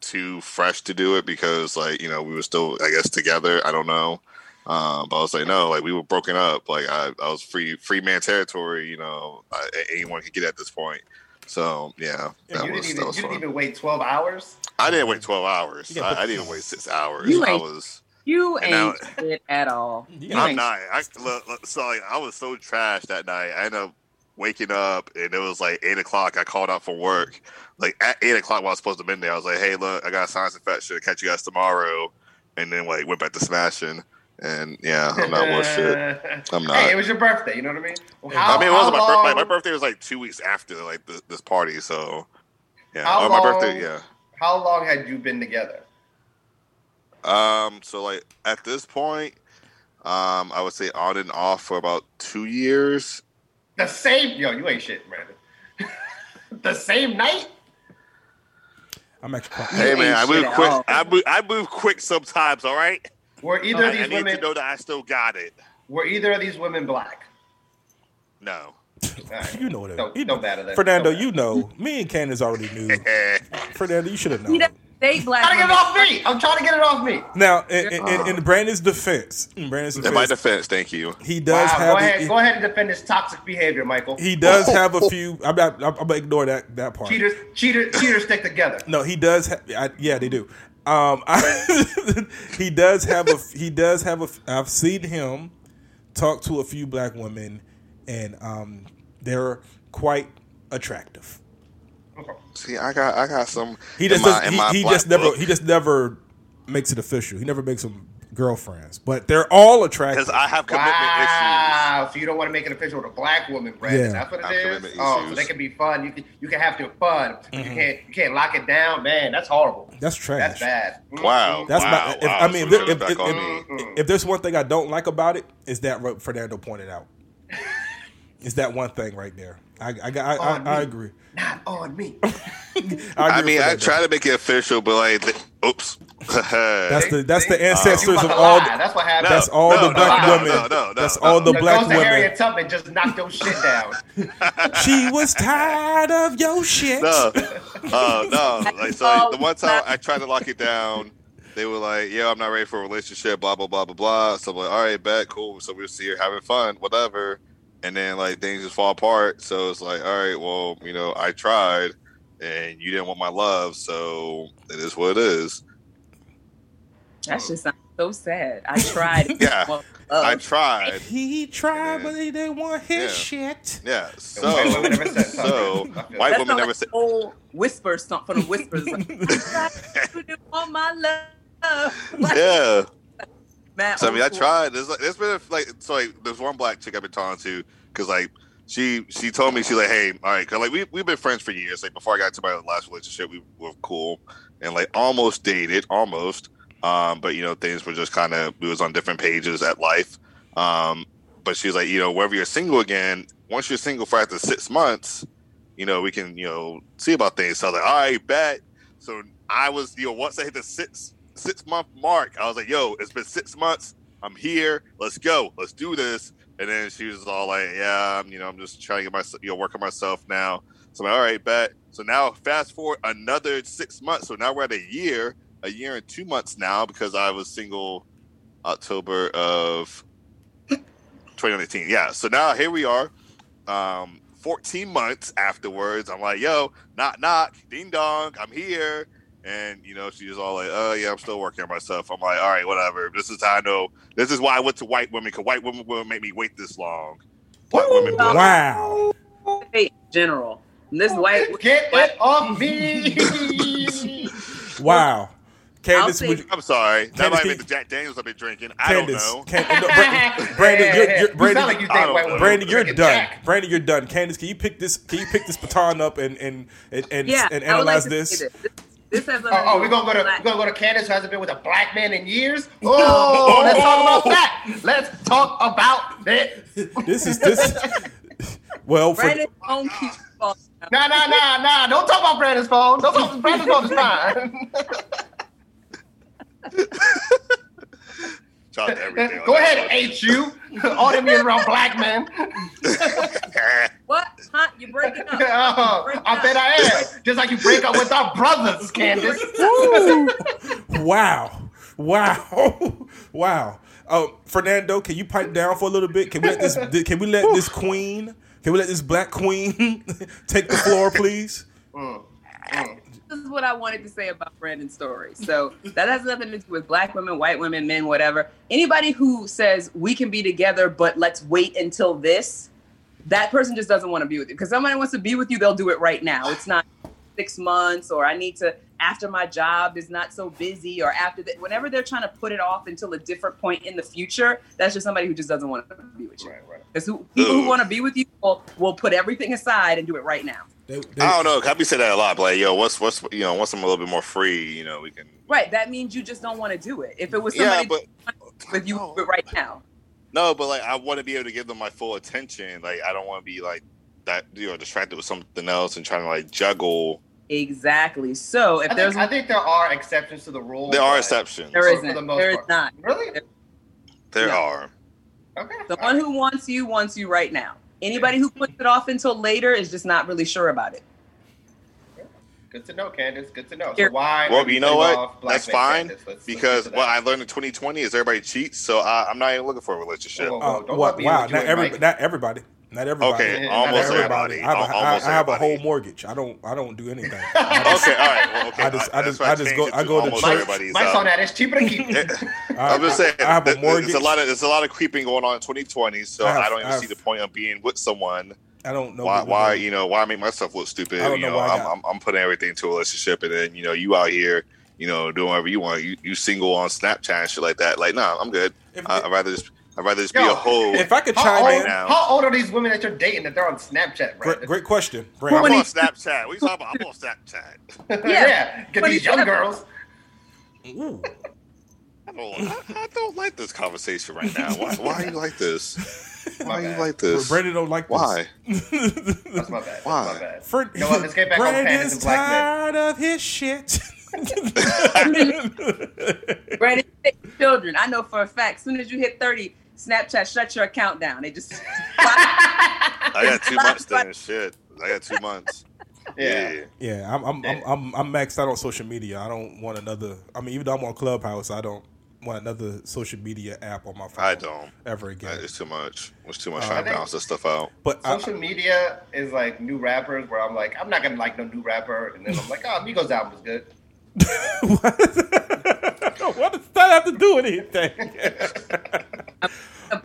Speaker 4: too fresh to do it because like you know we were still I guess together. I don't know, um, but I was like no, like we were broken up. Like I, I was free free man territory. You know, I, anyone could get at this point. So yeah, that
Speaker 3: you
Speaker 4: was
Speaker 3: didn't
Speaker 4: that
Speaker 3: even,
Speaker 4: was
Speaker 3: you didn't
Speaker 4: fun.
Speaker 3: even wait 12 hours.
Speaker 4: I didn't wait twelve hours.
Speaker 1: Yeah, but-
Speaker 4: I, I didn't wait six hours.
Speaker 5: You
Speaker 4: I
Speaker 5: ain't-
Speaker 4: was.
Speaker 5: You
Speaker 4: And now-
Speaker 5: ain't it at all. You
Speaker 1: I'm
Speaker 5: ain't-
Speaker 4: I'm not. I, look, look, so like, I was so trashed that night. I ended up waking up and it was like eight o'clock. I called out for work. Like at eight o'clock, while I was supposed to be in there, I was like, "Hey, look, I got a science infection. Catch you guys tomorrow." And then like went back to smashing. And yeah, I'm not worth shit. I'm not.
Speaker 3: Hey, it was your birthday. You know what I mean? Well,
Speaker 1: Yeah.
Speaker 3: How,
Speaker 4: I mean, it was
Speaker 3: how
Speaker 4: my, bir- my,
Speaker 3: long,
Speaker 4: my birthday was like two weeks after like this, this party, so yeah.
Speaker 3: How
Speaker 4: oh, my
Speaker 3: long-
Speaker 4: birthday, yeah.
Speaker 3: How long had you been together?
Speaker 4: Um, so like at this point, um, I would say on and off for about two years.
Speaker 3: The same. Yo, you ain't shit, Brandon. the same night?
Speaker 1: I'm actually crunk.
Speaker 4: Hey
Speaker 5: You
Speaker 4: man,
Speaker 5: ain't
Speaker 4: I move
Speaker 5: shit at
Speaker 4: quick.
Speaker 5: all.
Speaker 4: I move, I move quick sometimes. All right.
Speaker 3: Were either
Speaker 4: I,
Speaker 3: of
Speaker 4: I
Speaker 3: these
Speaker 4: need
Speaker 3: women
Speaker 4: to know that I still got it.
Speaker 3: were either of these women black?
Speaker 4: No.
Speaker 3: All right.
Speaker 1: You know that.
Speaker 3: Don't-
Speaker 1: you
Speaker 3: don't matter that.
Speaker 1: Fernando,
Speaker 3: Don't matter.
Speaker 1: you know. Me and Candace already knew.
Speaker 4: Eh,
Speaker 1: Fernando, you should have
Speaker 5: He
Speaker 1: known.
Speaker 5: doesn't date black
Speaker 3: Gotta get it
Speaker 5: women.
Speaker 3: off me. I'm trying to get it off me.
Speaker 1: Now, in, in, in, in Brandon's defense, in Brandon's
Speaker 4: Uh. In my
Speaker 1: defense,
Speaker 4: defense, thank you.
Speaker 1: he does
Speaker 3: wow,
Speaker 1: have.
Speaker 3: go ahead,
Speaker 1: he,
Speaker 3: go ahead and defend this toxic behavior, Michael.
Speaker 1: he does have a few. I'm not. I'm, I'm gonna ignore that that part.
Speaker 3: cheaters, cheaters, cheaters stick together.
Speaker 1: No, he does. Ha- I, yeah, they do. Um, I, he does have a. He does have a. I've seen him talk to a few black women, and um, they're quite attractive.
Speaker 4: See, I got, I got some.
Speaker 1: He just
Speaker 4: in my-
Speaker 1: doesn't-
Speaker 4: in my
Speaker 1: he, he
Speaker 4: black
Speaker 1: just never
Speaker 4: book.
Speaker 1: he just never makes it official. He never makes them girlfriends, but they're all attractive.
Speaker 4: 'Cause I have commitment issues.
Speaker 3: Wow! So you don't want to make it official with a black woman, Brandon?
Speaker 1: Yeah.
Speaker 3: That's what
Speaker 4: Not
Speaker 3: it is.
Speaker 4: commitment
Speaker 3: Oh, so
Speaker 4: issues.
Speaker 3: they can be fun. You can you can have your fun. but You can't you can't lock it down, man. That's horrible.
Speaker 1: Mm-hmm. That's trash.
Speaker 3: That's bad. Mm-hmm. Mm-mm.
Speaker 4: Wow.
Speaker 1: That's
Speaker 4: wow,
Speaker 1: my. If,
Speaker 4: wow,
Speaker 1: I mean, if,
Speaker 4: so
Speaker 1: there- if,
Speaker 4: back
Speaker 1: if,
Speaker 4: on
Speaker 1: if-
Speaker 4: me.
Speaker 1: if there's one thing I don't like about it, is that what Fernando pointed out. Is that one thing right there? I I I, I,
Speaker 3: On
Speaker 1: I
Speaker 3: me.
Speaker 1: agree.
Speaker 3: Not on me.
Speaker 4: I mean, I
Speaker 1: that.
Speaker 4: try to make it official, but like, th- oops.
Speaker 1: That's the that's the
Speaker 3: You
Speaker 1: ancestors
Speaker 3: want
Speaker 1: of
Speaker 3: to
Speaker 1: all.
Speaker 3: lie. That's what happened.
Speaker 1: That's all
Speaker 4: No,
Speaker 1: the
Speaker 4: no,
Speaker 1: black
Speaker 4: no,
Speaker 1: women.
Speaker 4: no, no,
Speaker 1: that's
Speaker 4: no,
Speaker 1: all
Speaker 4: no.
Speaker 1: the
Speaker 3: The
Speaker 1: black
Speaker 3: ghost of Harriet
Speaker 1: women.
Speaker 3: Tubman just knocked your shit down.
Speaker 1: She was tired of your shit.
Speaker 4: no, oh no! Like so, like, the
Speaker 5: Um,
Speaker 4: one time I tried to lock it down, they were like, "Yo, I'm not ready for a relationship." Blah blah blah blah blah. So I'm like, "All right, bet, cool." So we see her having fun, whatever. And then like things just fall apart. So it's like, "All right, well, you know, I tried, and you didn't want my love, so it is what it is."
Speaker 5: That shit sounds so sad. I tried.
Speaker 4: Yeah.
Speaker 5: Well,
Speaker 4: I
Speaker 5: uh,
Speaker 4: tried.
Speaker 1: He tried, but he didn't want his shit.
Speaker 4: Yeah.
Speaker 3: The white
Speaker 4: So
Speaker 3: woman never said
Speaker 4: so
Speaker 3: something. I feel
Speaker 4: white
Speaker 5: that's
Speaker 4: woman
Speaker 5: not
Speaker 4: never
Speaker 5: like
Speaker 4: said.
Speaker 5: old whisper song from the whispers. Like, I tried to do all my love. Like,
Speaker 4: Yeah.
Speaker 5: man,
Speaker 4: So I mean, I
Speaker 5: old school.
Speaker 4: tried. There's like, there's been a, like, so like, there's one black chick I've been talking to because like she she told me she's like, hey, all right, 'cause, like we we've been friends for years. Like before I got to my last relationship, we were cool and like almost dated, almost. Um, but you know, things were just kind of we was on different pages at life. Um, but she's like, you know, wherever you're single again, once you're single for after six months, you know, we can you know see about things. So I was like, all right, bet. So I was, you know, once I hit the six six month mark, I was like, yo, it's been six months. I'm here. Let's go. Let's do this. And then she was all like, yeah, I'm, you know, I'm just trying to get my, you know, work on myself now. So I'm like, all right, bet. So now fast forward another six months. So now we're at a year, a year and two months now because I was single October of 2019. Yeah. So now here we are. Um, 14 months afterwards, I'm like, yo, knock, knock, ding dong, I'm here. And you know, she was all like, "Oh yeah, I'm still working on myself." I'm like, "All right, whatever. This is how I know. This is why I went to white women because white women will make me wait this long. Black women,
Speaker 3: Um,
Speaker 5: Wow.
Speaker 1: Wow.
Speaker 5: Hey, general. And this white
Speaker 3: Get
Speaker 5: white-
Speaker 3: it off me.
Speaker 1: Wow. Candace,
Speaker 5: say-
Speaker 1: would you,
Speaker 4: I'm sorry, that
Speaker 1: Candace,
Speaker 4: might
Speaker 1: can
Speaker 4: be
Speaker 1: you-
Speaker 4: the Jack Daniels I've been drinking. I don't
Speaker 1: Candace,
Speaker 4: know.
Speaker 1: Can, no, Brandon, Brandon, you're,
Speaker 3: Yeah.
Speaker 1: you're,
Speaker 3: You
Speaker 1: Brandon,
Speaker 3: sound like you
Speaker 4: I
Speaker 3: think
Speaker 4: don't
Speaker 3: white
Speaker 4: know.
Speaker 3: women
Speaker 1: Brandon, you're
Speaker 3: drink
Speaker 1: done.
Speaker 3: Jack.
Speaker 1: Brandon, you're done. Candace, can you pick this? Can you pick this baton up and and and and,
Speaker 5: Yeah,
Speaker 1: and
Speaker 5: I would
Speaker 1: analyze
Speaker 5: like to
Speaker 1: this?
Speaker 5: see This, This has
Speaker 3: Oh, oh, we gonna go to we gonna go to Candace who hasn't been with a black man in years. Oh, let's talk about that. Let's talk about that.
Speaker 1: This is this. Well, for,
Speaker 5: Brandon's own keep falling down.
Speaker 3: Nah, nah, nah, nah. Don't talk about Brandon's phone. Don't talk about Brandon's phone. It's fine.
Speaker 4: Tried everything.
Speaker 3: go ahead, H you. All them years around black men.
Speaker 5: What? Huh? You're breaking up.
Speaker 3: Oh, I bet I am. Just like you break up with our brothers, Candace.
Speaker 1: Woo! wow, wow, wow. Um, Fernando, can you pipe down for a little bit? Can we let this? Can we let this queen? Can we let this black queen take the floor, please?
Speaker 5: this is what I wanted to say about Brandon's story. So that has nothing to do with black women, white women, men, whatever. Anybody who says we can be together, but let's wait until this, that person just doesn't want to be with you. Because somebody wants to be with you, they'll do it right now. It's not six months or I need to after my job is not so busy or after that. Whenever they're trying to put it off until a different point in the future, that's just somebody who just doesn't want to be with you. Because who, people who
Speaker 4: Ugh.
Speaker 5: want to be with you will, will put everything aside and do it right now.
Speaker 1: They- they-
Speaker 4: I don't know. Happy said that a lot, but like, yo, what's what's you know, once I'm a little bit more free, you know, we can.
Speaker 5: Right. That means you just don't want to do it. If it was
Speaker 4: Yeah,
Speaker 5: somebody
Speaker 4: but
Speaker 5: with you
Speaker 3: Oh.
Speaker 4: No.
Speaker 5: but right now.
Speaker 4: No, but like I want to be able to give them my full attention. Like I don't want to be like that, you know, distracted with something else and trying to like juggle.
Speaker 5: Exactly. So if
Speaker 3: I
Speaker 5: there's
Speaker 3: think, I think there are exceptions to the rule.
Speaker 4: There are
Speaker 3: but-
Speaker 4: exceptions.
Speaker 5: there
Speaker 3: for the
Speaker 5: isn't,
Speaker 3: most
Speaker 5: there is
Speaker 3: part.
Speaker 5: not.
Speaker 3: Really?
Speaker 4: There
Speaker 5: Yeah.
Speaker 4: are.
Speaker 3: Okay.
Speaker 5: The one who wants you wants you right now. Anybody who puts it off until later is just not really sure about it.
Speaker 3: Good to know, Candace. Good to know. So
Speaker 5: Here.
Speaker 3: why? are
Speaker 4: Well, you know
Speaker 3: putting
Speaker 4: what?
Speaker 3: off black
Speaker 4: That's
Speaker 3: men,
Speaker 4: fine
Speaker 3: Candace? Let's- let's
Speaker 4: because
Speaker 3: get to
Speaker 4: what I
Speaker 3: that.
Speaker 4: learned in 2020 is everybody cheats. So I, I'm not even looking for a relationship.
Speaker 3: Whoa, whoa,
Speaker 1: Uh,
Speaker 3: whoa, don't
Speaker 1: wa-
Speaker 3: let me
Speaker 1: wow,
Speaker 3: do it,
Speaker 1: not every,
Speaker 3: Mike.
Speaker 1: not everybody, not everybody.
Speaker 4: Okay,
Speaker 3: Not
Speaker 4: almost
Speaker 3: everybody.
Speaker 4: everybody.
Speaker 1: I have, a, I,
Speaker 4: almost
Speaker 1: I have a
Speaker 4: everybody.
Speaker 1: whole mortgage. I don't. I don't do anything. I just,
Speaker 4: Okay, all right. Well, okay.
Speaker 1: I just- I
Speaker 4: that's
Speaker 1: just-
Speaker 4: why
Speaker 1: I just
Speaker 4: changed
Speaker 1: go-
Speaker 4: it
Speaker 1: I go to
Speaker 4: almost
Speaker 1: church.
Speaker 4: everybody's,
Speaker 3: Mike's
Speaker 4: uh,
Speaker 3: on that. It's cheaper to keep.
Speaker 1: I,
Speaker 4: I'm just
Speaker 1: I-
Speaker 4: saying,
Speaker 1: I, have a mortgage.
Speaker 4: There's a lot of there's a lot of creeping going on in 2020, so
Speaker 1: I have-
Speaker 4: I don't even
Speaker 1: I have-
Speaker 4: see the point of being with someone.
Speaker 1: I don't know
Speaker 4: why,
Speaker 1: what-
Speaker 4: why, you know, why make myself look stupid?
Speaker 1: I don't
Speaker 4: you
Speaker 1: know
Speaker 4: know,
Speaker 1: why I
Speaker 4: I'm,
Speaker 1: got-
Speaker 4: I'm, I'm putting everything to a relationship, and then you know, you out here, you know, doing whatever you want. You, you single on Snapchat and shit like that. Like, nah, I'm good.
Speaker 1: If-
Speaker 4: I, I'd rather just, I'd rather just be
Speaker 3: Yo,
Speaker 4: a hoe.
Speaker 1: If I could
Speaker 3: How
Speaker 1: chime
Speaker 3: old,
Speaker 1: in,
Speaker 4: now.
Speaker 3: how old are these women that you're dating that they're on Snapchat, right?
Speaker 1: great, great question,
Speaker 4: I'm
Speaker 1: Brandon.
Speaker 4: on Snapchat. What you talking about? I'm on Snapchat.
Speaker 3: yeah. Get these young
Speaker 5: 27.
Speaker 3: girls.
Speaker 1: Ooh.
Speaker 4: I don't, I, I don't like this conversation right now. Why, why are you like this? Why are you like this?
Speaker 1: Brandon don't like
Speaker 4: Why?
Speaker 1: this.
Speaker 3: That's my bad.
Speaker 4: Why?
Speaker 3: That's my bad.
Speaker 1: Fred,
Speaker 3: You know what? Let's get back on
Speaker 1: Brandon
Speaker 3: Pandas
Speaker 1: is
Speaker 3: and Black Men.
Speaker 1: tired of his shit.
Speaker 5: Brandon, take your children. I know for a fact. As soon as you hit thirty, Snapchat shut your account down. They just
Speaker 4: I got two months then. Shit, I got two months.
Speaker 3: Yeah.
Speaker 1: yeah, I'm I'm, I'm I'm I'm maxed out on social media. I don't want another. I mean, even though I'm on Clubhouse, I don't want another social media app on my phone.
Speaker 4: I don't.
Speaker 1: ever
Speaker 4: Uh,
Speaker 1: again.
Speaker 4: It's too much. It's too much
Speaker 1: Uh,
Speaker 4: trying
Speaker 3: I
Speaker 4: to
Speaker 3: think-
Speaker 4: balance this stuff out.
Speaker 1: But I,
Speaker 3: Social media is like new rappers where I'm like, I'm not gonna like no new rapper, and then I'm like, oh, Migos album is good.
Speaker 1: what? what does that have to do with anything?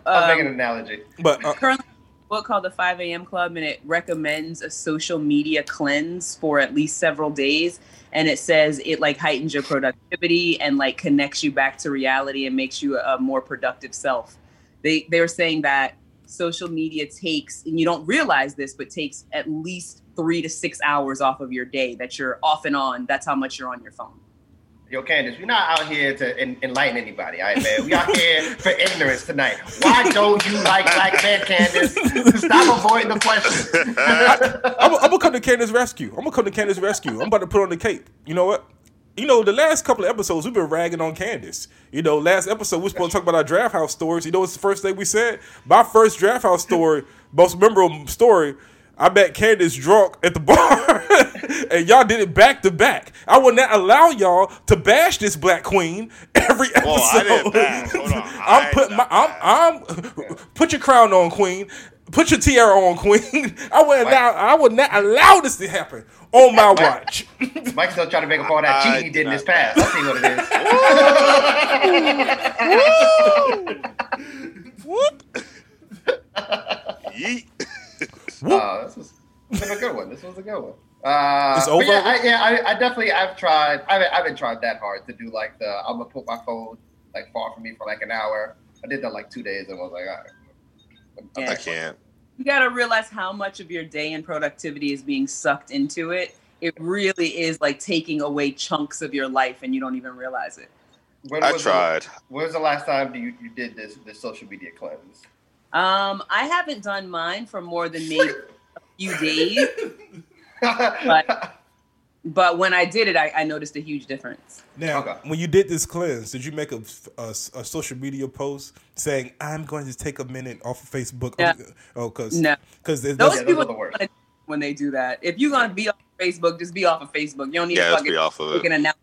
Speaker 3: I'm making an
Speaker 5: um,
Speaker 3: analogy.
Speaker 1: but uh,
Speaker 5: currently a book called the 5 a.m club and it recommends a social media cleanse for at least several days and it says it like heightens your productivity and like connects you back to reality and makes you a more productive self they they were saying that social media takes and you don't realize this but takes at least three to six hours off of your day that you're off and on that's how much you're on your phone
Speaker 3: Yo, Candace, we're not out here to en- enlighten anybody, all right, man. We out here for ignorance tonight. Why don't you like black men, Candace? Stop avoiding the question.
Speaker 1: I'm, I'm gonna come to Candace's rescue. I'm gonna come to Candace's rescue. I'm about to put on the cape. You know what? You know, the last couple of episodes we've been ragging on Candace. You know, last episode we were supposed to talk about our draft house stories. You know, what's the first thing we said. My first draft house story, most memorable story. I met Candace drunk at the bar, and y'all did it back to back. I will not allow y'all to bash this black queen every episode.
Speaker 4: Well, I didn't bash. Hold on.
Speaker 1: I'm
Speaker 4: I
Speaker 1: putting
Speaker 4: did
Speaker 1: my
Speaker 4: not bash.
Speaker 1: I'm I'm put your crown on, Queen. Put your tiara on, Queen. I would allow I would not allow this to happen on my watch.
Speaker 3: Mike's still trying to make up for all that
Speaker 4: I
Speaker 3: cheating he
Speaker 4: did
Speaker 3: did in his
Speaker 4: not-
Speaker 3: past. I'll see what it is.
Speaker 1: Whoop.
Speaker 4: Yeet.
Speaker 3: Uh, this, was, this was a good one. This was a good one. Uh,
Speaker 1: It's
Speaker 3: but
Speaker 1: over?
Speaker 3: Yeah, I, yeah I, I definitely I've tried. I haven't, I haven't tried that hard to do like the I'm gonna put my phone like far from me for like an hour. I did that like two days and I was like, all right. I'm- I'm
Speaker 5: Yeah.
Speaker 4: I
Speaker 3: like,
Speaker 4: can't.
Speaker 5: you got to realize how much of your day and productivity is being sucked into it. It really is like taking away chunks of your life and you don't even realize it.
Speaker 3: when
Speaker 4: I
Speaker 3: was the-
Speaker 4: tried.
Speaker 3: when was the last time do you, you did this this social media cleanse?
Speaker 5: Um, I haven't done mine for more than maybe a few days,
Speaker 1: Uh,
Speaker 5: but when I did it, I, I noticed a huge difference.
Speaker 1: Now,
Speaker 3: Okay.
Speaker 1: when you did this cleanse, did you make a, a, a social media post saying I'm going to take a minute off of Facebook?
Speaker 5: No.
Speaker 1: Oh, because
Speaker 5: No,
Speaker 1: because
Speaker 5: those
Speaker 3: yeah, those
Speaker 5: people
Speaker 3: are the worst.
Speaker 5: don't wanna- when they do that. If you're gonna be on Facebook, just be off of Facebook. You don't need
Speaker 4: Yeah,
Speaker 5: to
Speaker 4: let's
Speaker 5: fucking
Speaker 4: be off of
Speaker 5: look
Speaker 4: it.
Speaker 5: and announce.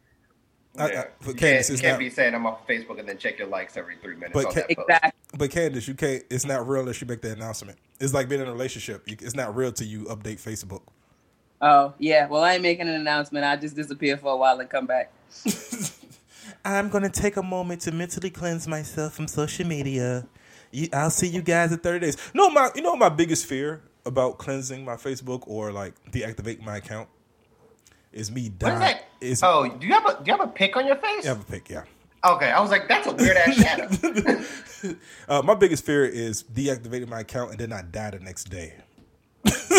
Speaker 1: I- I-
Speaker 3: Yeah.
Speaker 1: for
Speaker 3: you
Speaker 1: Candace,
Speaker 3: can't,
Speaker 1: it's
Speaker 3: you can't
Speaker 1: not-
Speaker 3: be saying I'm off Facebook and then check your likes every three minutes
Speaker 1: But
Speaker 3: on
Speaker 1: Ca-
Speaker 3: that post.
Speaker 5: Exactly.
Speaker 1: But Candace, you can't. It's not real unless you make the announcement. It's like being in a relationship. You, it's not real till you update Facebook.
Speaker 5: Oh yeah. Well, I ain't making an announcement. I just disappear for a while and come back.
Speaker 1: I'm going to take a moment to mentally cleanse myself from social media. You, I'll see you guys in 30 days. No, my you know my biggest fear about cleansing my Facebook or like deactivate my account is me
Speaker 3: What is
Speaker 1: dying.
Speaker 3: that?
Speaker 1: Is
Speaker 3: oh, do you have a do you have a pick on your face?
Speaker 1: I have a pick, yeah.
Speaker 3: Okay, I was like, that's a weird ass shadow.
Speaker 1: Uh, my biggest fear is deactivating my account and then I die the next day.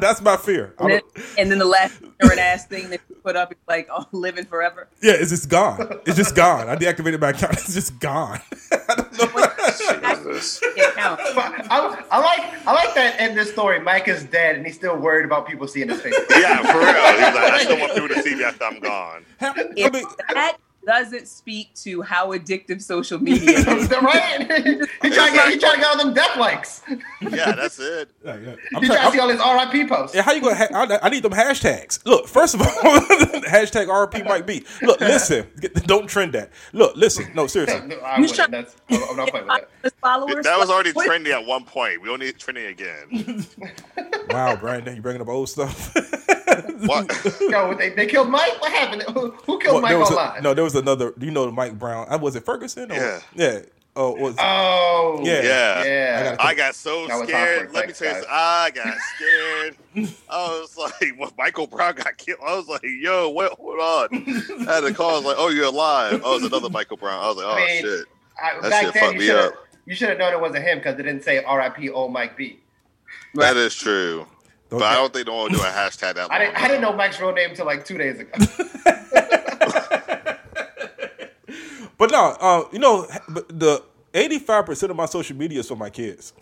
Speaker 1: That's my fear. I
Speaker 5: And then,
Speaker 1: don't-
Speaker 5: and then the last ignorant ass thing that you put up is like, oh, living forever.
Speaker 1: yeah, it's just gone. It's just gone. I deactivated my account. It's just gone. I don't know.
Speaker 4: Jesus.
Speaker 5: It counts.
Speaker 3: But I, I like I like that in this story. Mike is dead and he's still worried about people seeing his face.
Speaker 4: Yeah, for real. He's like, I still want people to see me after I'm gone.
Speaker 1: How- I
Speaker 5: If
Speaker 1: mean,
Speaker 5: that doesn't speak to how addictive social media is,
Speaker 3: right? he trying to get he trying to get all them death likes. He
Speaker 4: Yeah, that's it.
Speaker 1: like, I'm
Speaker 3: trying
Speaker 1: trying-
Speaker 3: to
Speaker 1: I'm-
Speaker 3: see all his RIP posts.
Speaker 1: Yeah, how you gonna? Ha- I, I need them hashtags. Look, first of all, hashtag RP Mike B. Look, listen, get- don't trend that. Look, listen, no, seriously.
Speaker 3: I
Speaker 5: You
Speaker 3: wouldn't.
Speaker 5: trying-
Speaker 3: That's, I'm I'm not playing with that.
Speaker 5: Anonymous followers.
Speaker 4: That was already
Speaker 5: What-
Speaker 4: trendy at one point. We don't need it trendy again.
Speaker 1: Wow, Brandon, you bringing up old stuff.
Speaker 4: What?
Speaker 3: Yo, they, they killed Mike. What happened? Who, who killed
Speaker 1: Well,
Speaker 3: Mike
Speaker 1: there was a-
Speaker 3: online?
Speaker 1: no, there was another. You know, Mike Brown. I was it Ferguson? Or,
Speaker 4: Yeah.
Speaker 1: yeah. Oh, was
Speaker 3: Oh,
Speaker 1: Yeah.
Speaker 4: Yeah.
Speaker 3: yeah.
Speaker 4: I got so
Speaker 3: That was
Speaker 4: scared.
Speaker 3: awkward.
Speaker 4: Let me
Speaker 3: Thanks,
Speaker 4: tell you,
Speaker 3: guys.
Speaker 4: something. I got scared. I was like, when Michael Brown got killed, I was like, yo, what? Hold on. I had to call. I was like, oh, you're alive. Oh, it's another Michael Brown. I was like, oh
Speaker 3: I mean,
Speaker 4: shit.
Speaker 3: I,
Speaker 4: That
Speaker 3: back
Speaker 4: shit
Speaker 3: then,
Speaker 4: fucked
Speaker 3: you
Speaker 4: me
Speaker 3: should've-
Speaker 4: up.
Speaker 3: You should have known it wasn't him because it didn't say R.I.P. Old Mike B.
Speaker 4: That is true. But I
Speaker 1: okay.
Speaker 4: don't think they'll do a hashtag that long.
Speaker 3: I didn't. I didn't know Mike's real name until like two days ago.
Speaker 1: but But no, uh, you know, but the eighty-five percent of my social media is for my kids.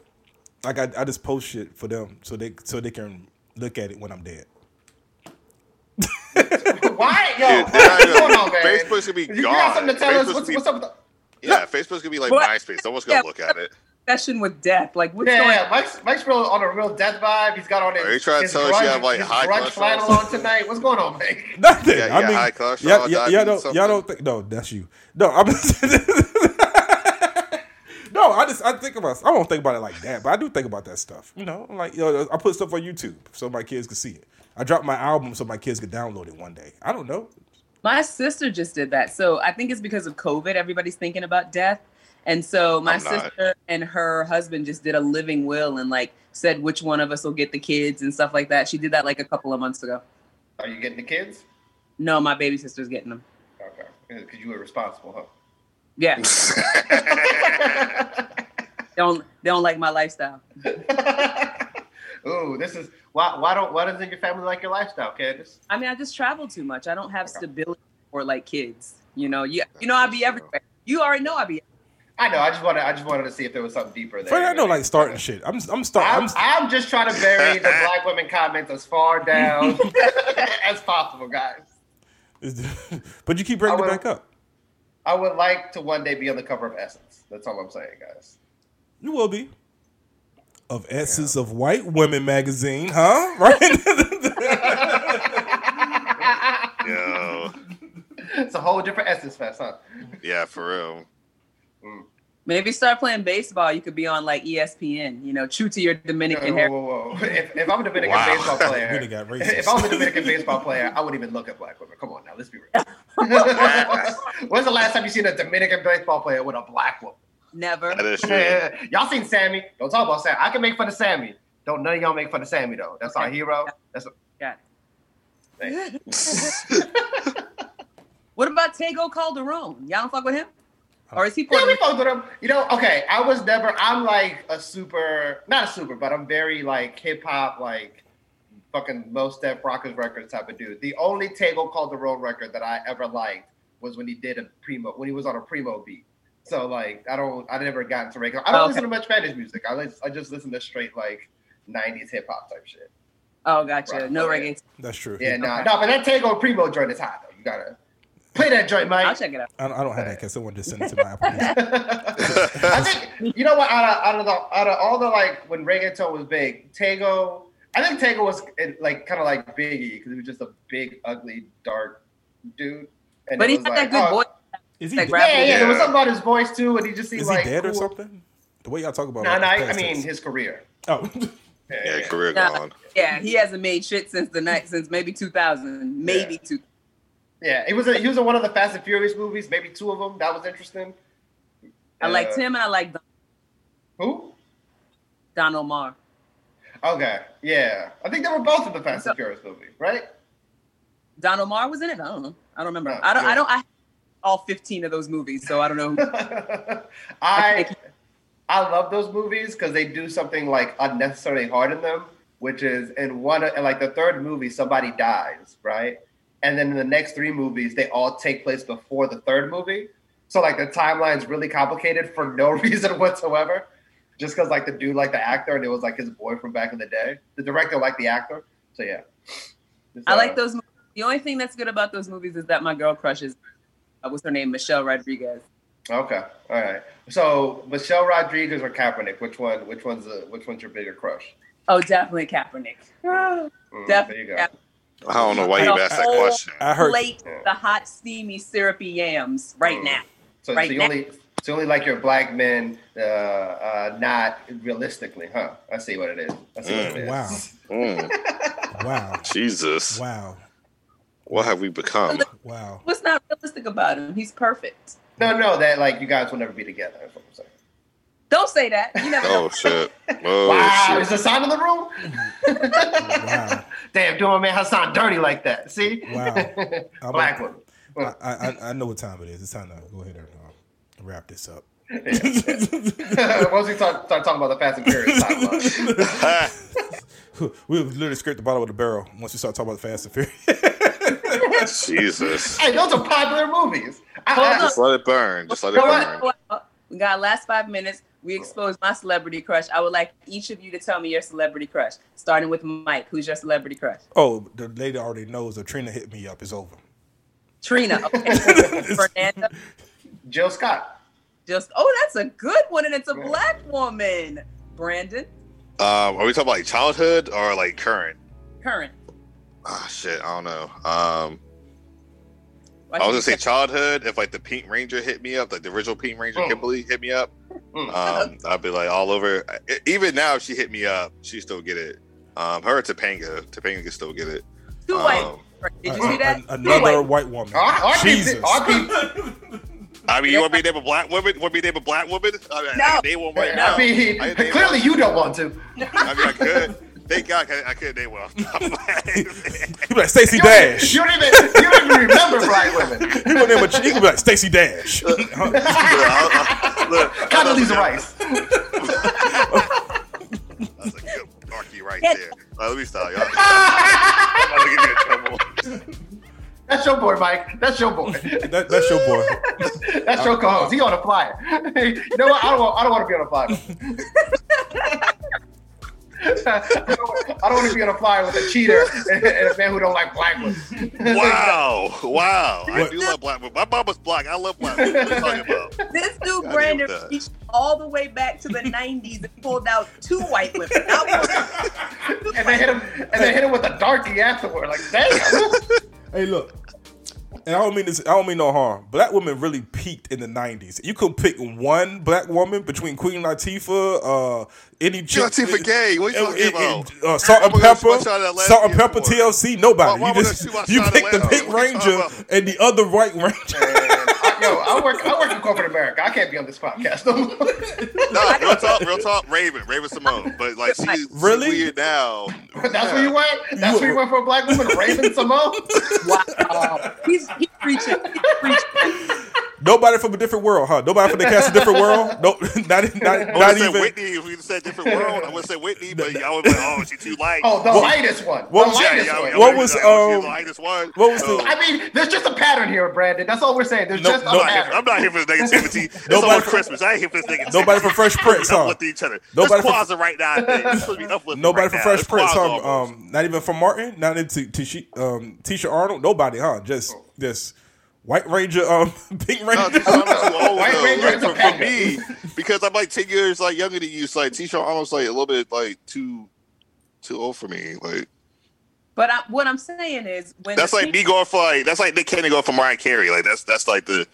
Speaker 1: Like I, I just post shit for them so they so they can look at it when I'm dead.
Speaker 3: Why? Yo,
Speaker 4: Dude, they're not
Speaker 3: what's going
Speaker 4: even-
Speaker 3: on, man?
Speaker 4: Facebook's gonna be
Speaker 3: You got something
Speaker 4: gone.
Speaker 3: to tell
Speaker 4: Facebook's
Speaker 3: us? What's,
Speaker 4: be-
Speaker 3: what's up with the.
Speaker 4: Yeah, Facebook's gonna be like
Speaker 5: What?
Speaker 4: MySpace. No one's gonna
Speaker 5: Yeah.
Speaker 4: look at it.
Speaker 5: Session with death. Like what's
Speaker 3: Yeah,
Speaker 5: going
Speaker 3: yeah, Mike's Mike's real on a real death vibe. He's got on his.
Speaker 4: Are you trying to
Speaker 3: his
Speaker 4: tell us you have, like,
Speaker 3: his
Speaker 4: high
Speaker 3: grunge
Speaker 4: cholesterol?
Speaker 3: flannel on tonight? What's going on, Mike?
Speaker 1: Nothing.
Speaker 4: Yeah,
Speaker 1: I
Speaker 4: yeah,
Speaker 1: mean,
Speaker 4: high cholesterol,
Speaker 1: yeah, yeah, y'all
Speaker 4: diabetes,
Speaker 1: don't, y'all don't think. No, that's you. No, I'm. no, I just I think about. I won't think about it like that, but I do think about that stuff. You know, like you know, I put stuff on YouTube so my kids can see it. I dropped my album so my kids could download it one day. I don't know.
Speaker 5: My sister just did that. So I think it's because of COVID, everybody's thinking about death. And so my
Speaker 4: I'm not.
Speaker 5: sister and her husband just did a living will and like said which one of us will get the kids and stuff like that. She did that like a couple of months ago.
Speaker 3: Are you getting the kids?
Speaker 5: No, my baby sister's getting them.
Speaker 3: Okay, because you were responsible, huh?
Speaker 5: Yeah. they don't they don't like my lifestyle.
Speaker 3: Ooh, this is why. Why don't? Why doesn't your family like your lifestyle, Candace?
Speaker 5: I mean, I just travel too much. I don't have
Speaker 3: Okay.
Speaker 5: stability for like kids. You know, you you know I'd be everywhere. You already know I'd be
Speaker 3: I know. I just wanted. I just wanted to see if there was something deeper there.
Speaker 1: But I know, like starting shit. I'm I'm starting.
Speaker 3: I'm,
Speaker 1: I'm,
Speaker 3: I'm just trying to bury the black women comments as far down as possible, guys.
Speaker 1: but you keep bringing
Speaker 3: I
Speaker 1: it
Speaker 3: will-
Speaker 1: back up.
Speaker 3: I would like to one day be on the cover of Essence. That's all I'm saying, guys.
Speaker 1: You will be. Of essence of white women magazine, huh? Right.
Speaker 4: Yo,
Speaker 3: It's a whole different Essence fest, huh?
Speaker 4: yeah, for real.
Speaker 5: Maybe start playing baseball. You could be on like E ESPN, you know, true to your Dominican
Speaker 3: Whoa,
Speaker 5: heritage.
Speaker 3: whoa, whoa. If, if I'm a Dominican
Speaker 4: Wow.
Speaker 3: baseball
Speaker 1: We
Speaker 3: player,
Speaker 1: done got racist.
Speaker 3: if I was a Dominican baseball player, I wouldn't even look at black women. Come on now, let's be real. When's the last time you seen a Dominican baseball player with a black woman?
Speaker 5: Never.
Speaker 4: That is true.
Speaker 3: y'all seen Sammy? Don't talk about Sammy. I can make fun of Sammy. Don't none of y'all make fun of Sammy though. That's our hero. That's a,
Speaker 5: Yeah.
Speaker 3: Thank
Speaker 5: what about Tego Calderon? Y'all don't fuck with him? Or is he
Speaker 3: yeah,
Speaker 5: Puerto
Speaker 3: we
Speaker 5: Rican?
Speaker 3: fucked with him. You know, okay. I was never. I'm like a super, not a super, but I'm very like hip hop, like fucking most step rockers records type of dude. The only Tego called the road record that I ever liked was when he did a primo, when he was on a primo beat. So like, I don't, I never got into regular. I don't
Speaker 5: Okay.
Speaker 3: listen to much Spanish music. I lis- I just listen to straight like '90s hip hop type shit.
Speaker 5: Oh, gotcha.
Speaker 3: Right.
Speaker 5: No
Speaker 3: Yeah.
Speaker 5: reggae.
Speaker 1: That's true.
Speaker 3: Yeah, no, no, but that Tango Primo joint is hot though. You gotta play that joint,
Speaker 5: I'll
Speaker 3: Mike.
Speaker 5: check it out.
Speaker 1: I don't, I don't have that because someone just sent it to my Apple.
Speaker 3: I think you know what? Out of out of the out of all the like when reggaeton was big, Tango. I think Tango was eh, like kind of like Biggie because he was just a big, ugly, dark dude. And
Speaker 5: But
Speaker 3: it
Speaker 5: he
Speaker 3: was
Speaker 5: had
Speaker 3: like,
Speaker 5: that good
Speaker 3: oh,
Speaker 5: voice.
Speaker 1: Is he,
Speaker 5: Like
Speaker 1: dead?
Speaker 5: rap-
Speaker 3: Yeah, yeah, There was
Speaker 4: Yeah.
Speaker 3: something about his voice too, and he just seemed
Speaker 1: is he
Speaker 3: like
Speaker 1: dead or
Speaker 3: cool.
Speaker 1: something? The way y'all talk about
Speaker 3: No,
Speaker 1: him,
Speaker 3: no, I, I
Speaker 1: past
Speaker 3: mean
Speaker 1: tense.
Speaker 3: his career.
Speaker 1: oh,
Speaker 4: Yeah,
Speaker 3: yeah.
Speaker 4: career
Speaker 5: Nah.
Speaker 4: gone.
Speaker 5: Yeah, he hasn't made shit since the night since maybe 2000, maybe
Speaker 3: Yeah.
Speaker 5: two.
Speaker 3: Yeah, he was a, he was in one of the Fast and Furious movies, maybe two of them. That was interesting.
Speaker 5: I liked
Speaker 3: Uh,
Speaker 5: him and I liked Don,
Speaker 3: Who?
Speaker 5: Don Omar.
Speaker 3: Okay, yeah. I think they were both in the Fast and Furious movie, right?
Speaker 5: Don Omar was in it. I don't know. I don't remember.
Speaker 3: Oh,
Speaker 5: I don't.
Speaker 3: yeah.
Speaker 5: I don't. I all 15 of those movies, so I don't know. who-
Speaker 3: I I love those movies because they do something like unnecessarily hard in them, which is in one in like the third movie somebody dies, right? And then in the next three movies they all take place before the third movie, so like the timeline's really complicated for no reason whatsoever, just because like the dude like the actor and it was like his boy from back in the day. The director liked the actor, so yeah.
Speaker 5: I like
Speaker 3: So-
Speaker 5: those. Movies. The only thing that's good about those movies is that my girl crushes. Uh, what's her name? Michelle Rodriguez.
Speaker 3: Okay, all right. So Michelle Rodriguez or Kaepernick, which one? Which one's the which one's your bigger crush?
Speaker 5: Oh, definitely Kaepernick.
Speaker 3: Mm,
Speaker 5: Definitely.
Speaker 3: There you go.
Speaker 4: I don't know why you
Speaker 5: The
Speaker 4: asked that
Speaker 5: whole
Speaker 4: question.
Speaker 1: I heard.
Speaker 5: Plate the hot, steamy, syrupy yams right
Speaker 3: Mm.
Speaker 5: now.
Speaker 3: So,
Speaker 5: Right
Speaker 3: so you
Speaker 5: now-
Speaker 3: only so you only like your black men, uh, uh, not realistically, huh? I see what it is. I see what it is.
Speaker 1: Wow,
Speaker 4: Mm,
Speaker 1: wow,
Speaker 4: Jesus,
Speaker 1: wow,
Speaker 4: what have we become?
Speaker 1: wow.
Speaker 5: What's not realistic about him? He's perfect.
Speaker 3: No, no, that like you guys will never be together. That's what I'm saying.
Speaker 5: Don't say that. You never know.
Speaker 4: Oh shit! Oh
Speaker 3: wow,
Speaker 4: shit!
Speaker 3: is the sound of the room?
Speaker 1: Wow.
Speaker 3: Damn, do my man Hassan dirty like that. See?
Speaker 1: Wow. I'm-
Speaker 3: black woman.
Speaker 1: I, I I know what time it is. It's time to go ahead and uh, wrap this up.
Speaker 3: Once we start, start talking about the Fast and Furious timeline.
Speaker 1: we would literally scrape the bottom of the barrel once we start talking about the Fast and Furious.
Speaker 4: Jesus.
Speaker 3: Hey, those are popular movies.
Speaker 5: Hold
Speaker 3: I, I,
Speaker 4: Just let it burn. Just let it
Speaker 3: You know what? Oh.
Speaker 4: burn.
Speaker 5: We got last five minutes. We exposed my celebrity crush. I would like each of you to tell me your celebrity crush, starting with Mike. Who's your celebrity crush?
Speaker 1: Oh, the lady already knows. If Trina hit me up, it's over.
Speaker 5: Trina. Okay. Fernanda.
Speaker 3: Jill Scott.
Speaker 5: Just oh, that's a good one, and it's a black woman. Brandon.
Speaker 4: Um, are we talking about like childhood or like current?
Speaker 5: Current.
Speaker 4: Ah, shit. I don't know. Um, I was gonna say childhood. If like the Pink Ranger hit me up, like the original Pink Ranger
Speaker 3: Mm.
Speaker 4: Kimberly hit me up,
Speaker 3: Mm.
Speaker 4: um, I'd be like all over. e- Even now, if she hit me up, she still get it. Um, her or Topanga, Topanga can still get it.
Speaker 5: two white.
Speaker 4: Um,
Speaker 5: Did you
Speaker 1: A-
Speaker 5: see that?
Speaker 1: a-
Speaker 5: Two
Speaker 1: Uh, another
Speaker 5: white-
Speaker 1: white woman.
Speaker 3: R- R-
Speaker 1: Jesus.
Speaker 3: RP,
Speaker 4: I mean, you want me to name a black woman? Want me to name a black woman? I mean, I
Speaker 5: No.
Speaker 4: can name one right now.
Speaker 3: I mean,
Speaker 4: I can name
Speaker 3: clearly
Speaker 4: one.
Speaker 3: you don't want to.
Speaker 4: I mean, I could. Thank God, I, I could name one. off the top of my head.
Speaker 1: He be like Stacey
Speaker 3: You
Speaker 1: Dash. He
Speaker 3: don't, you, don't even, you don't even remember black women.
Speaker 1: gonna name a ch- he gonna be like Stacey Dash. Huh?
Speaker 4: Look,
Speaker 3: Condoleezza Rice.
Speaker 4: That's a good marky right
Speaker 5: Yeah.
Speaker 4: there. All right, let me stop. Y'all. I'm about to get me in trouble.
Speaker 3: That's your boy, Mike. That's your boy.
Speaker 1: that, that's your boy.
Speaker 3: That's your co-host. He on a flyer. you know what? I don't want. I don't want to be on a flyer. I don't, want to be on a flyer with a cheater and, and a man who don't like black women.
Speaker 4: Wow, wow. I
Speaker 1: What?
Speaker 4: do love black women. My mama's black. I love black women. What are you talking about?
Speaker 5: This dude
Speaker 4: Gotta
Speaker 5: Brandon
Speaker 4: deal with that.
Speaker 5: reached all the way back to the '90s and pulled out two white women. Not one.
Speaker 3: and they hit him. And they hit him with a darkie afterward. Like damn.
Speaker 1: Hey, look. And I don't mean this. I don't mean no harm. Black women really peaked in the '90s. You could pick one black woman between Queen Latifah, uh, any
Speaker 4: Queen
Speaker 1: chick-
Speaker 4: Latifah gay. What you
Speaker 1: uh,
Speaker 4: talking
Speaker 1: uh,
Speaker 4: about?
Speaker 1: uh, Salt and
Speaker 4: Why would I shoot
Speaker 1: Pepper,
Speaker 4: my shot at Latifah
Speaker 1: Salt and Pepper,
Speaker 4: for?
Speaker 1: TLC. Nobody.
Speaker 4: Why- why
Speaker 1: you
Speaker 4: would I
Speaker 1: just
Speaker 4: shoot my
Speaker 1: you
Speaker 4: shot
Speaker 1: pick
Speaker 4: at
Speaker 1: the
Speaker 4: Latifah?
Speaker 1: Pink
Speaker 4: What you talking
Speaker 1: Ranger
Speaker 4: about?
Speaker 1: and the other White Ranger.
Speaker 3: And I, yo, I work. I work in corporate America. I can't be on this podcast. no more.
Speaker 4: No, real talk, real talk. Raven, Raven Simone. But like, she's she's
Speaker 1: Really?
Speaker 4: weird now.
Speaker 3: That's where you went. That's where you went for a black woman, Raven Simone.
Speaker 5: Wow. He's he's preaching. He's preaching.
Speaker 1: Nobody from a different world, huh? Nobody from the cast a different world. No, not not,
Speaker 4: I would have
Speaker 1: not
Speaker 4: said
Speaker 1: even.
Speaker 4: Whitney if we said different world. I would have said Whitney, but I would have been, oh, she's too light.
Speaker 3: Oh, the
Speaker 1: What-
Speaker 3: lightest one.
Speaker 1: what
Speaker 3: the
Speaker 1: was-
Speaker 4: yeah,
Speaker 3: lightest
Speaker 4: yeah,
Speaker 3: one.
Speaker 4: yeah,
Speaker 1: What
Speaker 4: yeah,
Speaker 1: was,
Speaker 4: yeah, she's
Speaker 1: um,
Speaker 4: Oh, the lightest one. Oh,
Speaker 1: what was
Speaker 4: So,
Speaker 1: the-
Speaker 3: I mean, there's just a pattern here, Brandon. That's all we're saying. There's
Speaker 1: No,
Speaker 3: just
Speaker 1: no,
Speaker 3: a
Speaker 4: I'm not, here,
Speaker 3: pattern.
Speaker 4: I'm not here for the negativity. It's
Speaker 1: Nobody
Speaker 4: on
Speaker 1: for-
Speaker 4: Christmas. I ain't here for this negativity.
Speaker 1: Nobody from Fresh Prince,
Speaker 4: Let's
Speaker 1: huh?
Speaker 4: uplift each other.
Speaker 1: Nobody
Speaker 4: Nobody
Speaker 1: for-
Speaker 4: Let's Kwanzaa right now. This is supposed to be uplifting
Speaker 1: Nobody
Speaker 4: right
Speaker 1: from
Speaker 4: now.
Speaker 1: Fresh
Speaker 4: It's
Speaker 1: Prince,
Speaker 4: Kwanzaa
Speaker 1: huh?
Speaker 4: almost.
Speaker 1: Um, not even from Martin, not into Tisha, um, Tisha Arnold. Nobody, huh? Just this White Ranger, um, Pink
Speaker 4: Oh. No,
Speaker 1: Ranger.
Speaker 4: Tisha Arnold's too old,
Speaker 3: White
Speaker 4: though.
Speaker 3: Ranger
Speaker 4: Like,
Speaker 3: is a
Speaker 4: for, for
Speaker 3: packer.
Speaker 4: me, because I'm like ten years like younger than you. So like Tisha Arnold's like a little bit like too too old for me. Like
Speaker 5: But I, what I'm saying is when
Speaker 4: that's
Speaker 5: the
Speaker 4: like
Speaker 5: people-
Speaker 4: me going for like that's like Nick Cannon going for Mariah Carey. Like that's that's like the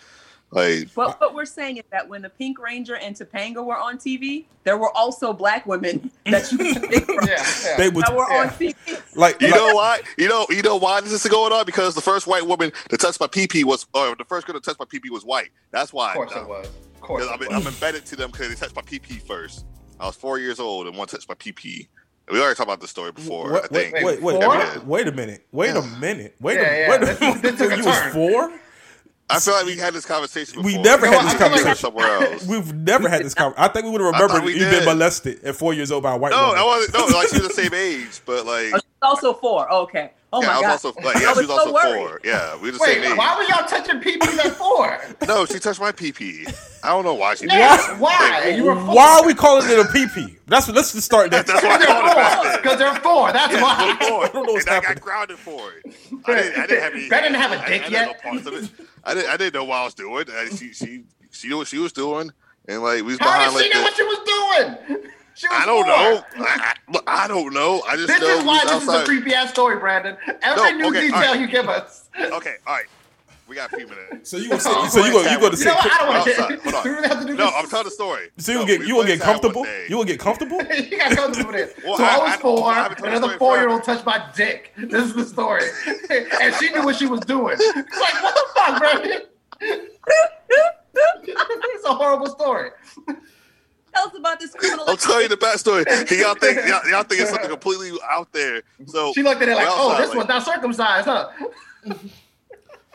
Speaker 4: like
Speaker 5: But what we're saying is that when the Pink Ranger and Topanga were on TV, there were also black women that you could pick from
Speaker 3: Yeah, yeah.
Speaker 1: they was
Speaker 5: that were on
Speaker 3: Yeah.
Speaker 5: TV.
Speaker 1: like,
Speaker 4: You
Speaker 1: like-
Speaker 4: know why? You know, you know why this is going on? Because the first white woman to touch my PP was, or the first girl to touch my PP was white. That's why.
Speaker 3: Of course
Speaker 4: I
Speaker 3: it
Speaker 4: know.
Speaker 3: was. Of course
Speaker 4: 'Cause I'm,
Speaker 3: it
Speaker 4: I'm
Speaker 3: was.
Speaker 4: embedded to them because they touched my PP first. I was four years old and one touched my PP. We already talked about this story before. I
Speaker 1: Wait, wait,
Speaker 4: think.
Speaker 1: wait, wait, wait,
Speaker 3: Four?
Speaker 1: wait, a minute. Wait a minute. Wait
Speaker 3: Yeah, yeah,
Speaker 1: a
Speaker 3: this-
Speaker 1: minute. Wait a
Speaker 3: this took a
Speaker 1: minute. You was
Speaker 3: turn.
Speaker 1: four?
Speaker 4: I feel like we had this conversation.
Speaker 1: We
Speaker 4: before.
Speaker 1: never
Speaker 4: You
Speaker 1: had
Speaker 4: know
Speaker 1: this
Speaker 4: what? I feel
Speaker 1: conversation.
Speaker 4: like somewhere else.
Speaker 1: We've never had this conversation. I think we would have
Speaker 4: I thought
Speaker 1: remembered
Speaker 4: we
Speaker 1: you've been
Speaker 4: did.
Speaker 1: molested at four years old by a white
Speaker 4: no,
Speaker 1: woman.
Speaker 4: I wasn't. No, like she was the same age, but like,
Speaker 5: Oh, she's also four. Okay. Oh
Speaker 4: yeah,
Speaker 5: my
Speaker 4: I was
Speaker 5: god.
Speaker 4: also like, yeah,
Speaker 5: I
Speaker 4: she was
Speaker 5: was so
Speaker 4: also
Speaker 5: worried.
Speaker 4: four. Yeah, we were the
Speaker 3: Wait,
Speaker 4: same
Speaker 3: why
Speaker 4: age.
Speaker 3: were y'all touching people at four?
Speaker 4: No, she touched my PP. I don't know why she. did
Speaker 3: Yes,
Speaker 4: that.
Speaker 3: why? You were four.
Speaker 1: Why are we calling it a PP? That's let's just start there.
Speaker 4: That's why I called it back then.
Speaker 3: Because they're four. That's
Speaker 4: Yeah,
Speaker 3: why.
Speaker 4: for it.
Speaker 1: I don't know what's
Speaker 4: and I
Speaker 1: happening.
Speaker 4: got grounded for it. I didn't, I didn't have any.
Speaker 3: Brad didn't have a
Speaker 4: I-
Speaker 3: dick
Speaker 4: I,
Speaker 3: yet.
Speaker 4: I, didn't know parts of it. I didn't. I didn't know what I was doing. I, she, she, she knew what she was doing, and like we was
Speaker 3: How
Speaker 4: behind
Speaker 3: did
Speaker 4: like.
Speaker 3: she know
Speaker 4: the-
Speaker 3: what she was doing? She was
Speaker 4: I don't
Speaker 3: four.
Speaker 4: know. I, I, look, I don't know. I just
Speaker 3: This
Speaker 4: know
Speaker 3: is why
Speaker 4: we was
Speaker 3: this is a
Speaker 4: outside.
Speaker 3: creepy ass story, Brandon. Every
Speaker 4: No,
Speaker 3: new
Speaker 4: okay,
Speaker 3: detail
Speaker 4: alright.
Speaker 3: you give us.
Speaker 4: Okay, all right. We got a few minutes.
Speaker 1: So you gonna sit, so you gonna you gonna
Speaker 3: You
Speaker 1: sit
Speaker 3: know what? I don't want to
Speaker 4: Outside.
Speaker 3: get.
Speaker 4: Hold on.
Speaker 3: We don't have to do
Speaker 4: No,
Speaker 3: this.
Speaker 4: I'm telling the story.
Speaker 1: so you
Speaker 4: No,
Speaker 1: gonna get
Speaker 4: we
Speaker 1: you gonna get
Speaker 4: played time one
Speaker 1: comfortable?
Speaker 4: day.
Speaker 1: You gonna get comfortable?
Speaker 3: you got comfortable with it.
Speaker 4: Well,
Speaker 3: so
Speaker 4: I-
Speaker 3: I,
Speaker 4: I-
Speaker 3: was
Speaker 4: I
Speaker 3: four,
Speaker 4: haven't told the
Speaker 3: another
Speaker 4: story
Speaker 3: four year old
Speaker 4: forever.
Speaker 3: touched my dick. This is the story. and she knew what she was doing. It's like, what the fuck, bro? it's a horrible story.
Speaker 5: Tell us about this criminal.
Speaker 4: I'm telling you the backstory. Y'all think y'all, y'all think it's something completely out there. So
Speaker 3: She looked at it like,
Speaker 4: we're
Speaker 3: oh,
Speaker 4: outside,
Speaker 3: this one's not circumcised, huh?
Speaker 4: I-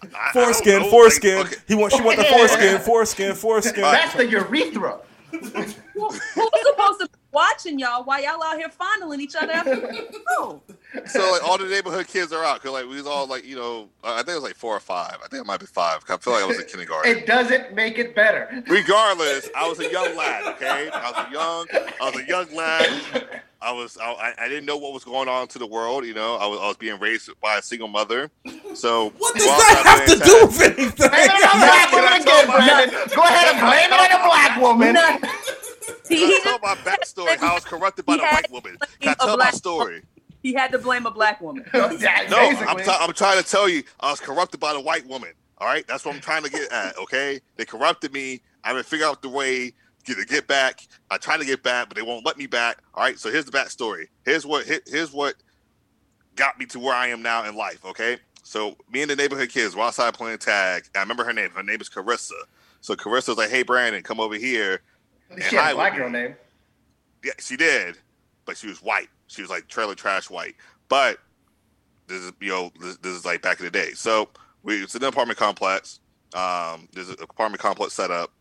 Speaker 4: I don't
Speaker 1: Foreskin,
Speaker 4: know,
Speaker 1: foreskin.
Speaker 4: like, okay.
Speaker 1: He want she want the
Speaker 3: Yeah.
Speaker 1: foreskin, foreskin, foreskin.
Speaker 3: That's the urethra.
Speaker 5: Who- Who's supposed to be watching y'all while y'all out here fondling each other? After- oh,
Speaker 4: so like all the neighborhood kids are out because like we was all like you know I think it was like four or five. I think it might be five. 'cause I feel like I was in kindergarten.
Speaker 3: It doesn't make it better.
Speaker 4: Regardless, I was a young lad. Okay, I was a young, I was a young lad. I was, I, I- I didn't know what was going on to the world. You know, I was, I was being raised by a single mother. So
Speaker 1: What does that have to do with anything?
Speaker 3: Blame it on a black woman again, Brandon. Go ahead and blame it on a black woman.
Speaker 5: He,
Speaker 4: Can I
Speaker 5: he,
Speaker 4: tell my backstory? How I was corrupted by the
Speaker 5: He had
Speaker 4: white woman. Can I
Speaker 5: a
Speaker 4: tell my
Speaker 5: black-
Speaker 4: story?
Speaker 5: he had to blame a black woman.
Speaker 3: Yeah,
Speaker 4: No, I'm,
Speaker 3: basically.
Speaker 4: t- I'm trying to tell you, I was corrupted by the white woman. All right, that's what I'm trying to get at. Okay, they corrupted me. I've been figuring out the way to get- get back. I try to get back, but they won't let me back. All right, so here's the backstory. Here's what here- here's what got me to where I am now in life. Okay, so me and the neighborhood kids were outside playing tag. I remember her name. Her name is Carissa. So Carissa's like, "Hey, Brandon, come over here."
Speaker 3: she had a black girl name.
Speaker 4: Yeah, she did, but she was white. She was like trailer trash white. But this is you know this, this is like back in the day. So we it's in an apartment complex. Um, there's an apartment complex set up.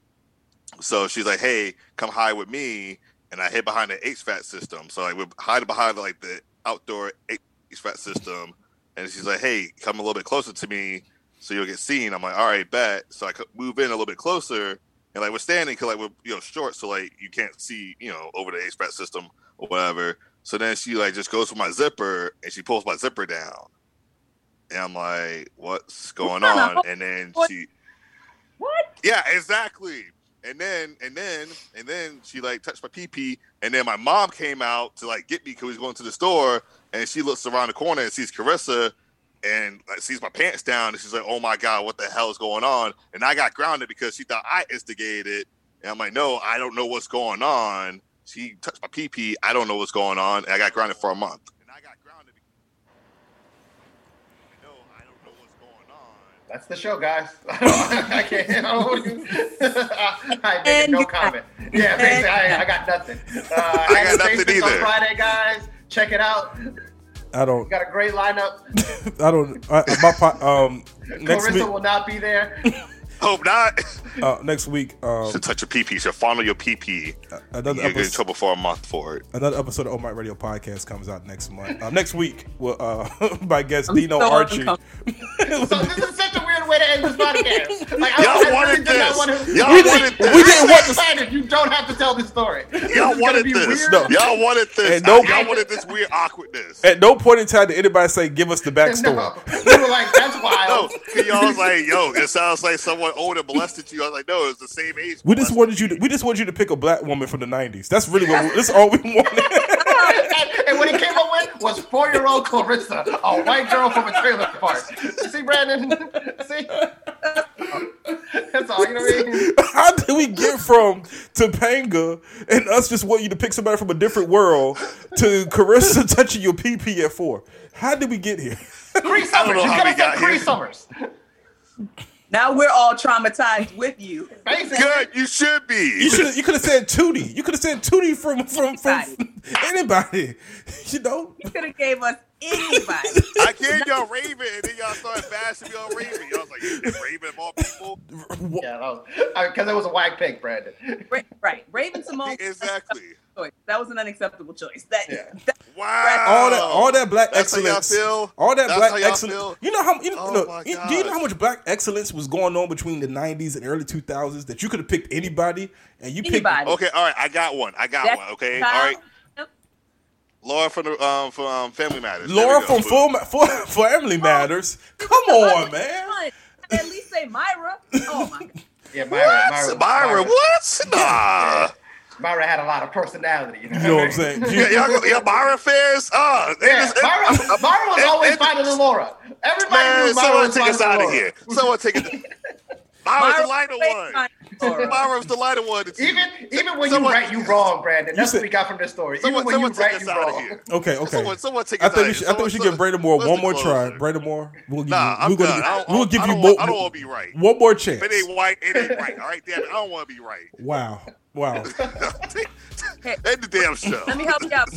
Speaker 4: So she's like, "Hey, come hide with me," and I hid behind the HVAC system. So like we're hiding behind like the outdoor HVAC system, and she's like, "Hey, come a little bit closer to me, so you'll get seen." I'm like, "All right, bet." So I could move in a little bit closer, and like we're standing because like we're you know short, so like you can't see you know over the HVAC system or whatever. So then she like just goes for my zipper and she pulls my zipper down, and I'm like, "What's going on?" And then she,
Speaker 5: What?
Speaker 4: yeah, exactly. And then and then and then she like touched my pee pee, and then my mom came out to like get me because we was going to the store, and she looks around the corner and sees Carissa, and like sees my pants down, and she's like, "Oh my god, what the hell is going on?" And I got grounded because she thought I instigated, and I'm like, "No, I don't know what's going on." She touched my pee pee. I don't know what's going on, and I got grounded for a month. And I got grounded. Because- no, I don't know what's going on.
Speaker 3: That's the show, guys. I don't- I can't. I don't know what I make no comment. Yeah, basically, I, I got nothing. Uh,
Speaker 4: I got nothing
Speaker 3: Conversations on
Speaker 4: either.
Speaker 3: Friday, guys. Check it out.
Speaker 1: I don't.
Speaker 3: Got a great lineup.
Speaker 1: I don't. I, my po- um next week.
Speaker 3: Clarissa will not be there.
Speaker 4: Hope not.
Speaker 1: Uh, next week. Um,
Speaker 4: Should touch your pee pee. Should fondle your pee pee.
Speaker 1: another
Speaker 4: You're in
Speaker 1: episode.
Speaker 4: trouble for a month for it.
Speaker 1: Another episode of Oh My Radio podcast comes out next month. Uh, next week, well, uh, my guest
Speaker 5: I'm
Speaker 1: Dino
Speaker 5: so um,
Speaker 1: Archie.
Speaker 3: So this is such a weird way to end this podcast. Like, I,
Speaker 4: Y'all
Speaker 3: I really
Speaker 4: wanted
Speaker 3: did not
Speaker 4: this.
Speaker 3: want to.
Speaker 4: Y'all
Speaker 1: We
Speaker 4: wanted
Speaker 1: didn't-
Speaker 4: this.
Speaker 1: we didn't want
Speaker 3: I'm
Speaker 1: this.
Speaker 3: excited. You don't have to tell this story. This
Speaker 4: Y'all
Speaker 3: is gonna
Speaker 4: wanted
Speaker 3: be
Speaker 4: this.
Speaker 3: weird.
Speaker 1: No.
Speaker 4: Y'all wanted this.
Speaker 1: And no-
Speaker 4: y'all wanted this weird awkwardness.
Speaker 1: At no point in time did anybody say, "Give us the backstory."
Speaker 3: No, we were like, that's
Speaker 4: No,
Speaker 3: wild.
Speaker 4: 'cause y'all was like, "Yo, it sounds like someone older molested you." I was like, "No, it was the same age."
Speaker 1: We just
Speaker 4: molested
Speaker 1: wanted you. To, we just wanted you to pick a black woman from the '90s. That's really what. We, that's all we wanted.
Speaker 3: and, and what he came up with was four-year-old Clarissa, a white girl from a trailer park. See, Brandon? See? That's all, you know what I mean?
Speaker 1: How did we get from Topanga and us just wanting you to pick somebody from a different world to Carissa touching your PP at four? How did we get here?
Speaker 3: Cree
Speaker 4: I don't
Speaker 3: Summers.
Speaker 4: know
Speaker 3: You
Speaker 4: how
Speaker 3: could
Speaker 4: we
Speaker 3: have
Speaker 4: got
Speaker 3: said Cree
Speaker 4: here.
Speaker 3: Summers.
Speaker 5: Now we're all traumatized with you.
Speaker 3: Basically.
Speaker 4: Good, you should
Speaker 1: You
Speaker 4: be.
Speaker 1: should. have You could have said Tootie. You could have said Tootie from from from anybody. You know.
Speaker 5: You could have gave us anybody.
Speaker 4: I gave y'all Raven, and then y'all started bashing me on Raven. Y'all was like, "You did Raven of all people."
Speaker 3: Yeah, that was, because it was a wag pick, Brandon.
Speaker 5: Ra- right. Raven
Speaker 3: Oh.
Speaker 5: Simone.
Speaker 4: Exactly.
Speaker 5: choice. That was an unacceptable choice. That,
Speaker 3: Yeah.
Speaker 5: that
Speaker 4: Wow.
Speaker 1: all that all that black
Speaker 4: Oh, That's how y'all
Speaker 1: excellence
Speaker 4: feel?
Speaker 1: all that
Speaker 4: That's how
Speaker 1: black
Speaker 4: y'all
Speaker 1: excellence
Speaker 4: feel?
Speaker 1: you know how you know,
Speaker 4: Oh
Speaker 1: look,
Speaker 4: my
Speaker 1: you- do you know
Speaker 4: gosh.
Speaker 1: how much black excellence was going on between the 90s and early 2000s that you could have picked anybody and you
Speaker 5: Anybody.
Speaker 4: Okay, all right. I got one. I got
Speaker 5: That's
Speaker 4: one. Okay, all
Speaker 5: how-
Speaker 4: right. Laura from the um, from um, Family Matters.
Speaker 1: picked
Speaker 4: There
Speaker 1: Laura
Speaker 4: we go.
Speaker 1: from
Speaker 4: Boom.
Speaker 1: Full Ma- Full- Family Matters come on man
Speaker 5: At least say Myra. Oh my god.
Speaker 3: Yeah, Myra.
Speaker 4: What? Myra, what? Nah.
Speaker 3: Myra had a lot of personality.
Speaker 1: you know what I'm saying You-
Speaker 4: Yeah, y'all, y'all Myra fans. Uh, they
Speaker 3: Yeah,
Speaker 4: just- it-
Speaker 3: Myra, Myra was
Speaker 4: it-
Speaker 3: always
Speaker 4: it-
Speaker 3: fighting with Laura. Everybody knew Myra
Speaker 4: man, someone
Speaker 3: was fighting
Speaker 4: take us
Speaker 3: with
Speaker 4: out of
Speaker 3: Laura.
Speaker 4: here. Someone take us. Myra's the lighter one.
Speaker 5: one.
Speaker 4: Myra's the lighter one. It's-
Speaker 3: Even even when
Speaker 4: Someone-
Speaker 3: you right, you wrong, Brandon. That's
Speaker 1: said-
Speaker 3: what we got from this story.
Speaker 4: Someone,
Speaker 3: even when you
Speaker 4: someone take
Speaker 3: right,
Speaker 4: us
Speaker 3: you
Speaker 4: out of
Speaker 3: wrong.
Speaker 4: here.
Speaker 1: okay okay
Speaker 4: Someone, someone take
Speaker 1: I
Speaker 4: us out
Speaker 1: think
Speaker 4: of
Speaker 1: we
Speaker 4: here.
Speaker 1: should, I think we
Speaker 4: Someone-
Speaker 1: should give Brandon Moore one
Speaker 4: someone-
Speaker 1: more
Speaker 4: where's the
Speaker 1: try.
Speaker 4: closer?
Speaker 1: Brandon Moore, we'll give
Speaker 4: Nah,
Speaker 1: you,
Speaker 4: I'm
Speaker 1: we're gonna
Speaker 4: done. I
Speaker 1: give,
Speaker 4: don't-
Speaker 1: we'll
Speaker 4: I
Speaker 1: give you
Speaker 4: don't
Speaker 1: more,
Speaker 4: want- I don't want to be right.
Speaker 1: one more
Speaker 4: If
Speaker 1: chance.
Speaker 4: It ain't white. It ain't right. All right, damn it. I don't want to be right.
Speaker 1: Wow, wow.
Speaker 4: End the damn show.
Speaker 5: Let me help you out.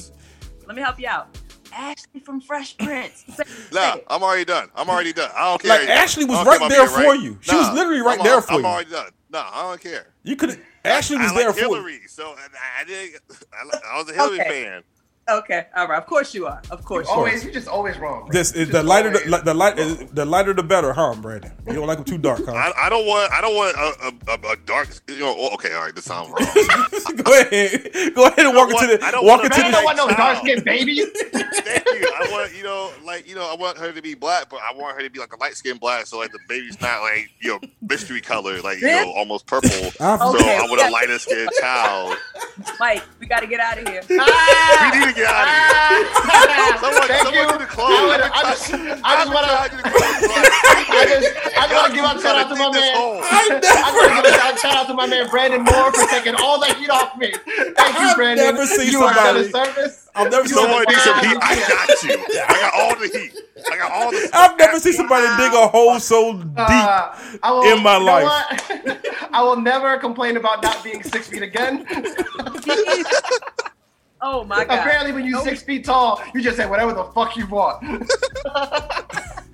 Speaker 5: Let me help you out. Ashley from Fresh Prince. Say-
Speaker 4: Nah,
Speaker 5: say it.
Speaker 4: I'm already done. I'm already done. I don't care.
Speaker 1: Like,
Speaker 4: anymore.
Speaker 1: Ashley was
Speaker 4: I don't care
Speaker 1: right
Speaker 4: if I'm
Speaker 1: there
Speaker 4: being
Speaker 1: for you. She was literally right there for
Speaker 4: I'm
Speaker 1: you.
Speaker 4: I'm already done. Nah, I don't care.
Speaker 1: You could Ashley was
Speaker 4: I, I
Speaker 1: there
Speaker 4: like
Speaker 1: for you.
Speaker 4: Hillary, so I, I didn't. I, li- I was a Hillary
Speaker 5: Okay.
Speaker 4: fan.
Speaker 5: Okay, all right. Of course you are. Of course. You
Speaker 3: Always, you're just always wrong. bro.
Speaker 1: This is the
Speaker 3: Just
Speaker 1: lighter the,
Speaker 3: always
Speaker 1: li- the light
Speaker 3: wrong.
Speaker 1: the lighter the better, huh, Brandon? You don't like them too dark, huh?
Speaker 4: I, I don't want. I don't want a, a, a, a dark. You know. oh, Okay. All right. This sounds wrong.
Speaker 1: go ahead, go ahead and walk
Speaker 4: want-
Speaker 1: into the
Speaker 4: I don't
Speaker 1: walk
Speaker 4: want
Speaker 1: into
Speaker 4: to
Speaker 1: the
Speaker 3: Man, you
Speaker 4: be
Speaker 3: don't
Speaker 4: like
Speaker 3: want no
Speaker 4: child.
Speaker 3: dark skinned babies.
Speaker 4: Thank you. I want you know, like you know, I want her to be black, but I want her to be like a light skin black, so like the baby's not like you know mystery color, like you know, almost purple. So
Speaker 1: I've-
Speaker 5: Okay.
Speaker 4: I want a lighter skinned child.
Speaker 5: are. Mike, we got to get out of here.
Speaker 3: Ah!
Speaker 4: We need to get out of here.
Speaker 3: Ah!
Speaker 4: Someone,
Speaker 3: Thank
Speaker 4: someone
Speaker 3: you.
Speaker 4: do the
Speaker 3: I
Speaker 4: clothes.
Speaker 3: would- I just- I just wanna- I just, I just want to give out shout out to my man.
Speaker 4: man.
Speaker 3: I just want to give out shout out to my man Brandon Moore for taking all that heat off me. Thank you,
Speaker 1: I've
Speaker 3: Brandon.
Speaker 1: never seen
Speaker 3: you are
Speaker 1: somebody-
Speaker 3: out of service.
Speaker 1: I've never seen
Speaker 4: Someone
Speaker 1: somebody,
Speaker 4: needs some heat. I got you. I got all the heat. I got all the.
Speaker 1: I've never seen somebody dig a hole so deep.
Speaker 3: Uh, I will,
Speaker 1: in my
Speaker 3: you know
Speaker 1: life.
Speaker 3: what? I will never complain about not being six feet again.
Speaker 5: Oh my god,
Speaker 3: Apparently, when you're
Speaker 5: No.
Speaker 3: six feet tall, you just say whatever the fuck you want.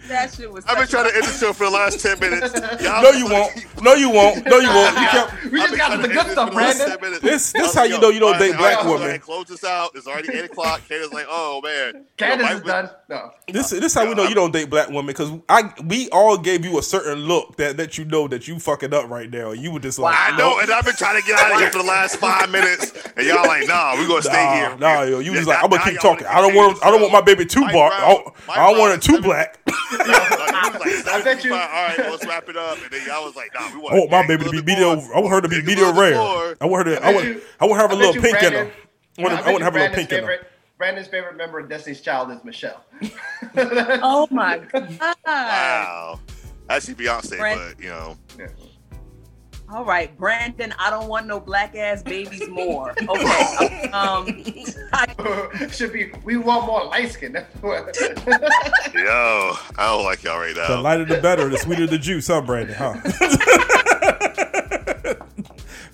Speaker 5: that shit was.
Speaker 4: I've been
Speaker 5: such a-
Speaker 4: trying to end the show for the last ten minutes. Y'all
Speaker 1: No, you won't. No, you won't. No, you won't. You kept,
Speaker 3: we just got to the good stuff, Brandon.
Speaker 1: This- this how you know you don't date black women.
Speaker 4: Close this out. It's already eight o'clock. Kayla's like, oh man.
Speaker 3: Candace
Speaker 4: Your
Speaker 3: is
Speaker 4: wife-
Speaker 3: done. No.
Speaker 1: this this how we know you don't date black women because I we all gave you a certain look that that you know that you fucking up right now. You were just like,
Speaker 4: I know, and I've been trying to get out of here for the last five minutes, and y'all like, nah, we're gonna stay here.
Speaker 1: Nah, nah, yo, you
Speaker 4: Yeah,
Speaker 1: was like,
Speaker 4: now-
Speaker 1: I'm
Speaker 4: now
Speaker 1: gonna keep
Speaker 4: y'all
Speaker 1: talking.
Speaker 4: wanna
Speaker 1: I don't want, I don't want my baby too
Speaker 4: Mike
Speaker 1: bark. I
Speaker 4: Brown-
Speaker 1: don't,
Speaker 4: Mike
Speaker 1: I don't want
Speaker 4: Brown
Speaker 1: it too
Speaker 4: is-
Speaker 1: black.
Speaker 4: Like, we was like,
Speaker 3: I bet you-
Speaker 4: 75, All right, let's wrap it up. And then y'all was like, nah, we
Speaker 1: I
Speaker 4: want.
Speaker 1: want my baby to be media. I want her to be media rare. I want her to, I
Speaker 3: bet
Speaker 1: want,
Speaker 3: you-
Speaker 1: I want her to have a
Speaker 3: I bet
Speaker 1: little
Speaker 3: you
Speaker 1: pink in her.
Speaker 3: Brandon-
Speaker 1: I want to I want
Speaker 3: I bet you
Speaker 1: to have a little
Speaker 3: Brandon's
Speaker 1: pink in her.
Speaker 3: favorite, Brandon's favorite member of Destiny's Child is Michelle.
Speaker 5: Oh my god.
Speaker 4: Wow, actually Beyonce,
Speaker 5: Brand-
Speaker 4: but you know,
Speaker 5: All right, Brandon, I don't want no black ass babies more. Okay. Um, I,
Speaker 3: Should be. We want more light skin. That's what.
Speaker 4: yo, I don't like y'all right
Speaker 1: The
Speaker 4: now.
Speaker 1: lighter the better, the sweeter the juice, huh, Brandon? Huh?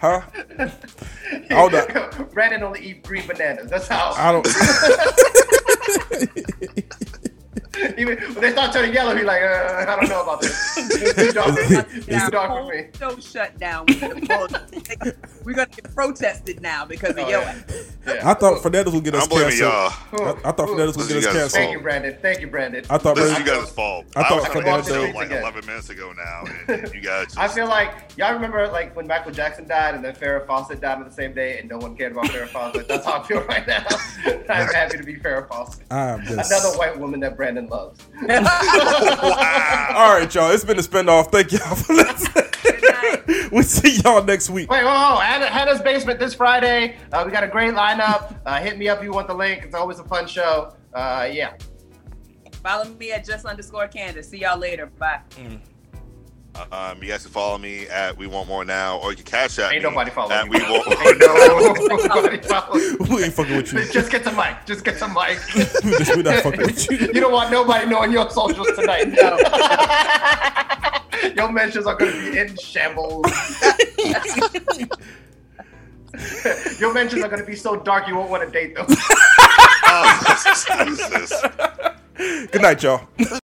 Speaker 1: huh? Hold up.
Speaker 3: Brandon only eat green bananas. That's how.
Speaker 1: I don't.
Speaker 3: Even when they start turning yellow, he's like, uh, I don't know about this. It's too dark for me. It's
Speaker 5: now,
Speaker 3: too dark for
Speaker 5: whole
Speaker 3: me.
Speaker 5: show shut down. with the bull- We're gonna get protested now because of
Speaker 3: Oh,
Speaker 5: your
Speaker 3: yeah.
Speaker 5: ass.
Speaker 3: Yeah.
Speaker 1: I thought Fernandez would get us
Speaker 4: I'm blaming
Speaker 1: canceled.
Speaker 4: y'all.
Speaker 1: I, I thought Fernandez would
Speaker 4: This
Speaker 1: get
Speaker 4: is
Speaker 1: us
Speaker 4: you
Speaker 1: canceled.
Speaker 4: guys'
Speaker 3: Thank you, Brandon. Thank you, Brandon.
Speaker 1: I thought
Speaker 4: This is
Speaker 1: Brandon,
Speaker 4: you guys' fault.
Speaker 1: I
Speaker 4: I,
Speaker 1: thought
Speaker 4: was
Speaker 1: I
Speaker 4: trying
Speaker 1: could
Speaker 4: to
Speaker 1: have
Speaker 4: watch the
Speaker 1: done
Speaker 4: show
Speaker 1: it
Speaker 4: like
Speaker 3: again.
Speaker 4: 11 minutes ago now, and, and you guys just
Speaker 3: I feel like y'all remember like when Michael Jackson died and then Farrah Fawcett died on the same day, and no one cared about Farrah Fawcett. That's how I feel right now. I'm happy to be Farrah Fawcett,
Speaker 1: I'm just.
Speaker 3: another white woman that Brandon loves.
Speaker 4: wow.
Speaker 1: All right, y'all. It's been a spinoff. Thank y'all for listening. we'll see y'all next week.
Speaker 3: Wait, whoa, whoa. Hannah- Hannah's Basement this Friday. Uh, we got a great lineup. Uh, hit me up if you want the link. It's always a fun show. Uh, yeah.
Speaker 5: Follow me at just underscore Candace. See y'all later. Bye.
Speaker 4: Um, you guys can follow me at We Want More Now, or you can cash at
Speaker 3: Ain't
Speaker 4: me
Speaker 3: nobody following
Speaker 4: at
Speaker 3: you.
Speaker 4: We Want More
Speaker 3: Ain't nobody following.
Speaker 1: We ain't fucking with you.
Speaker 3: Just get to Mike. Just get to Mike.
Speaker 1: we not fucking with you.
Speaker 3: You don't want nobody knowing your socials tonight. your mentions are going to be in shambles. your mentions are going to be so dark you won't want to date them.
Speaker 4: Oh, Jesus.
Speaker 1: Good night, y'all.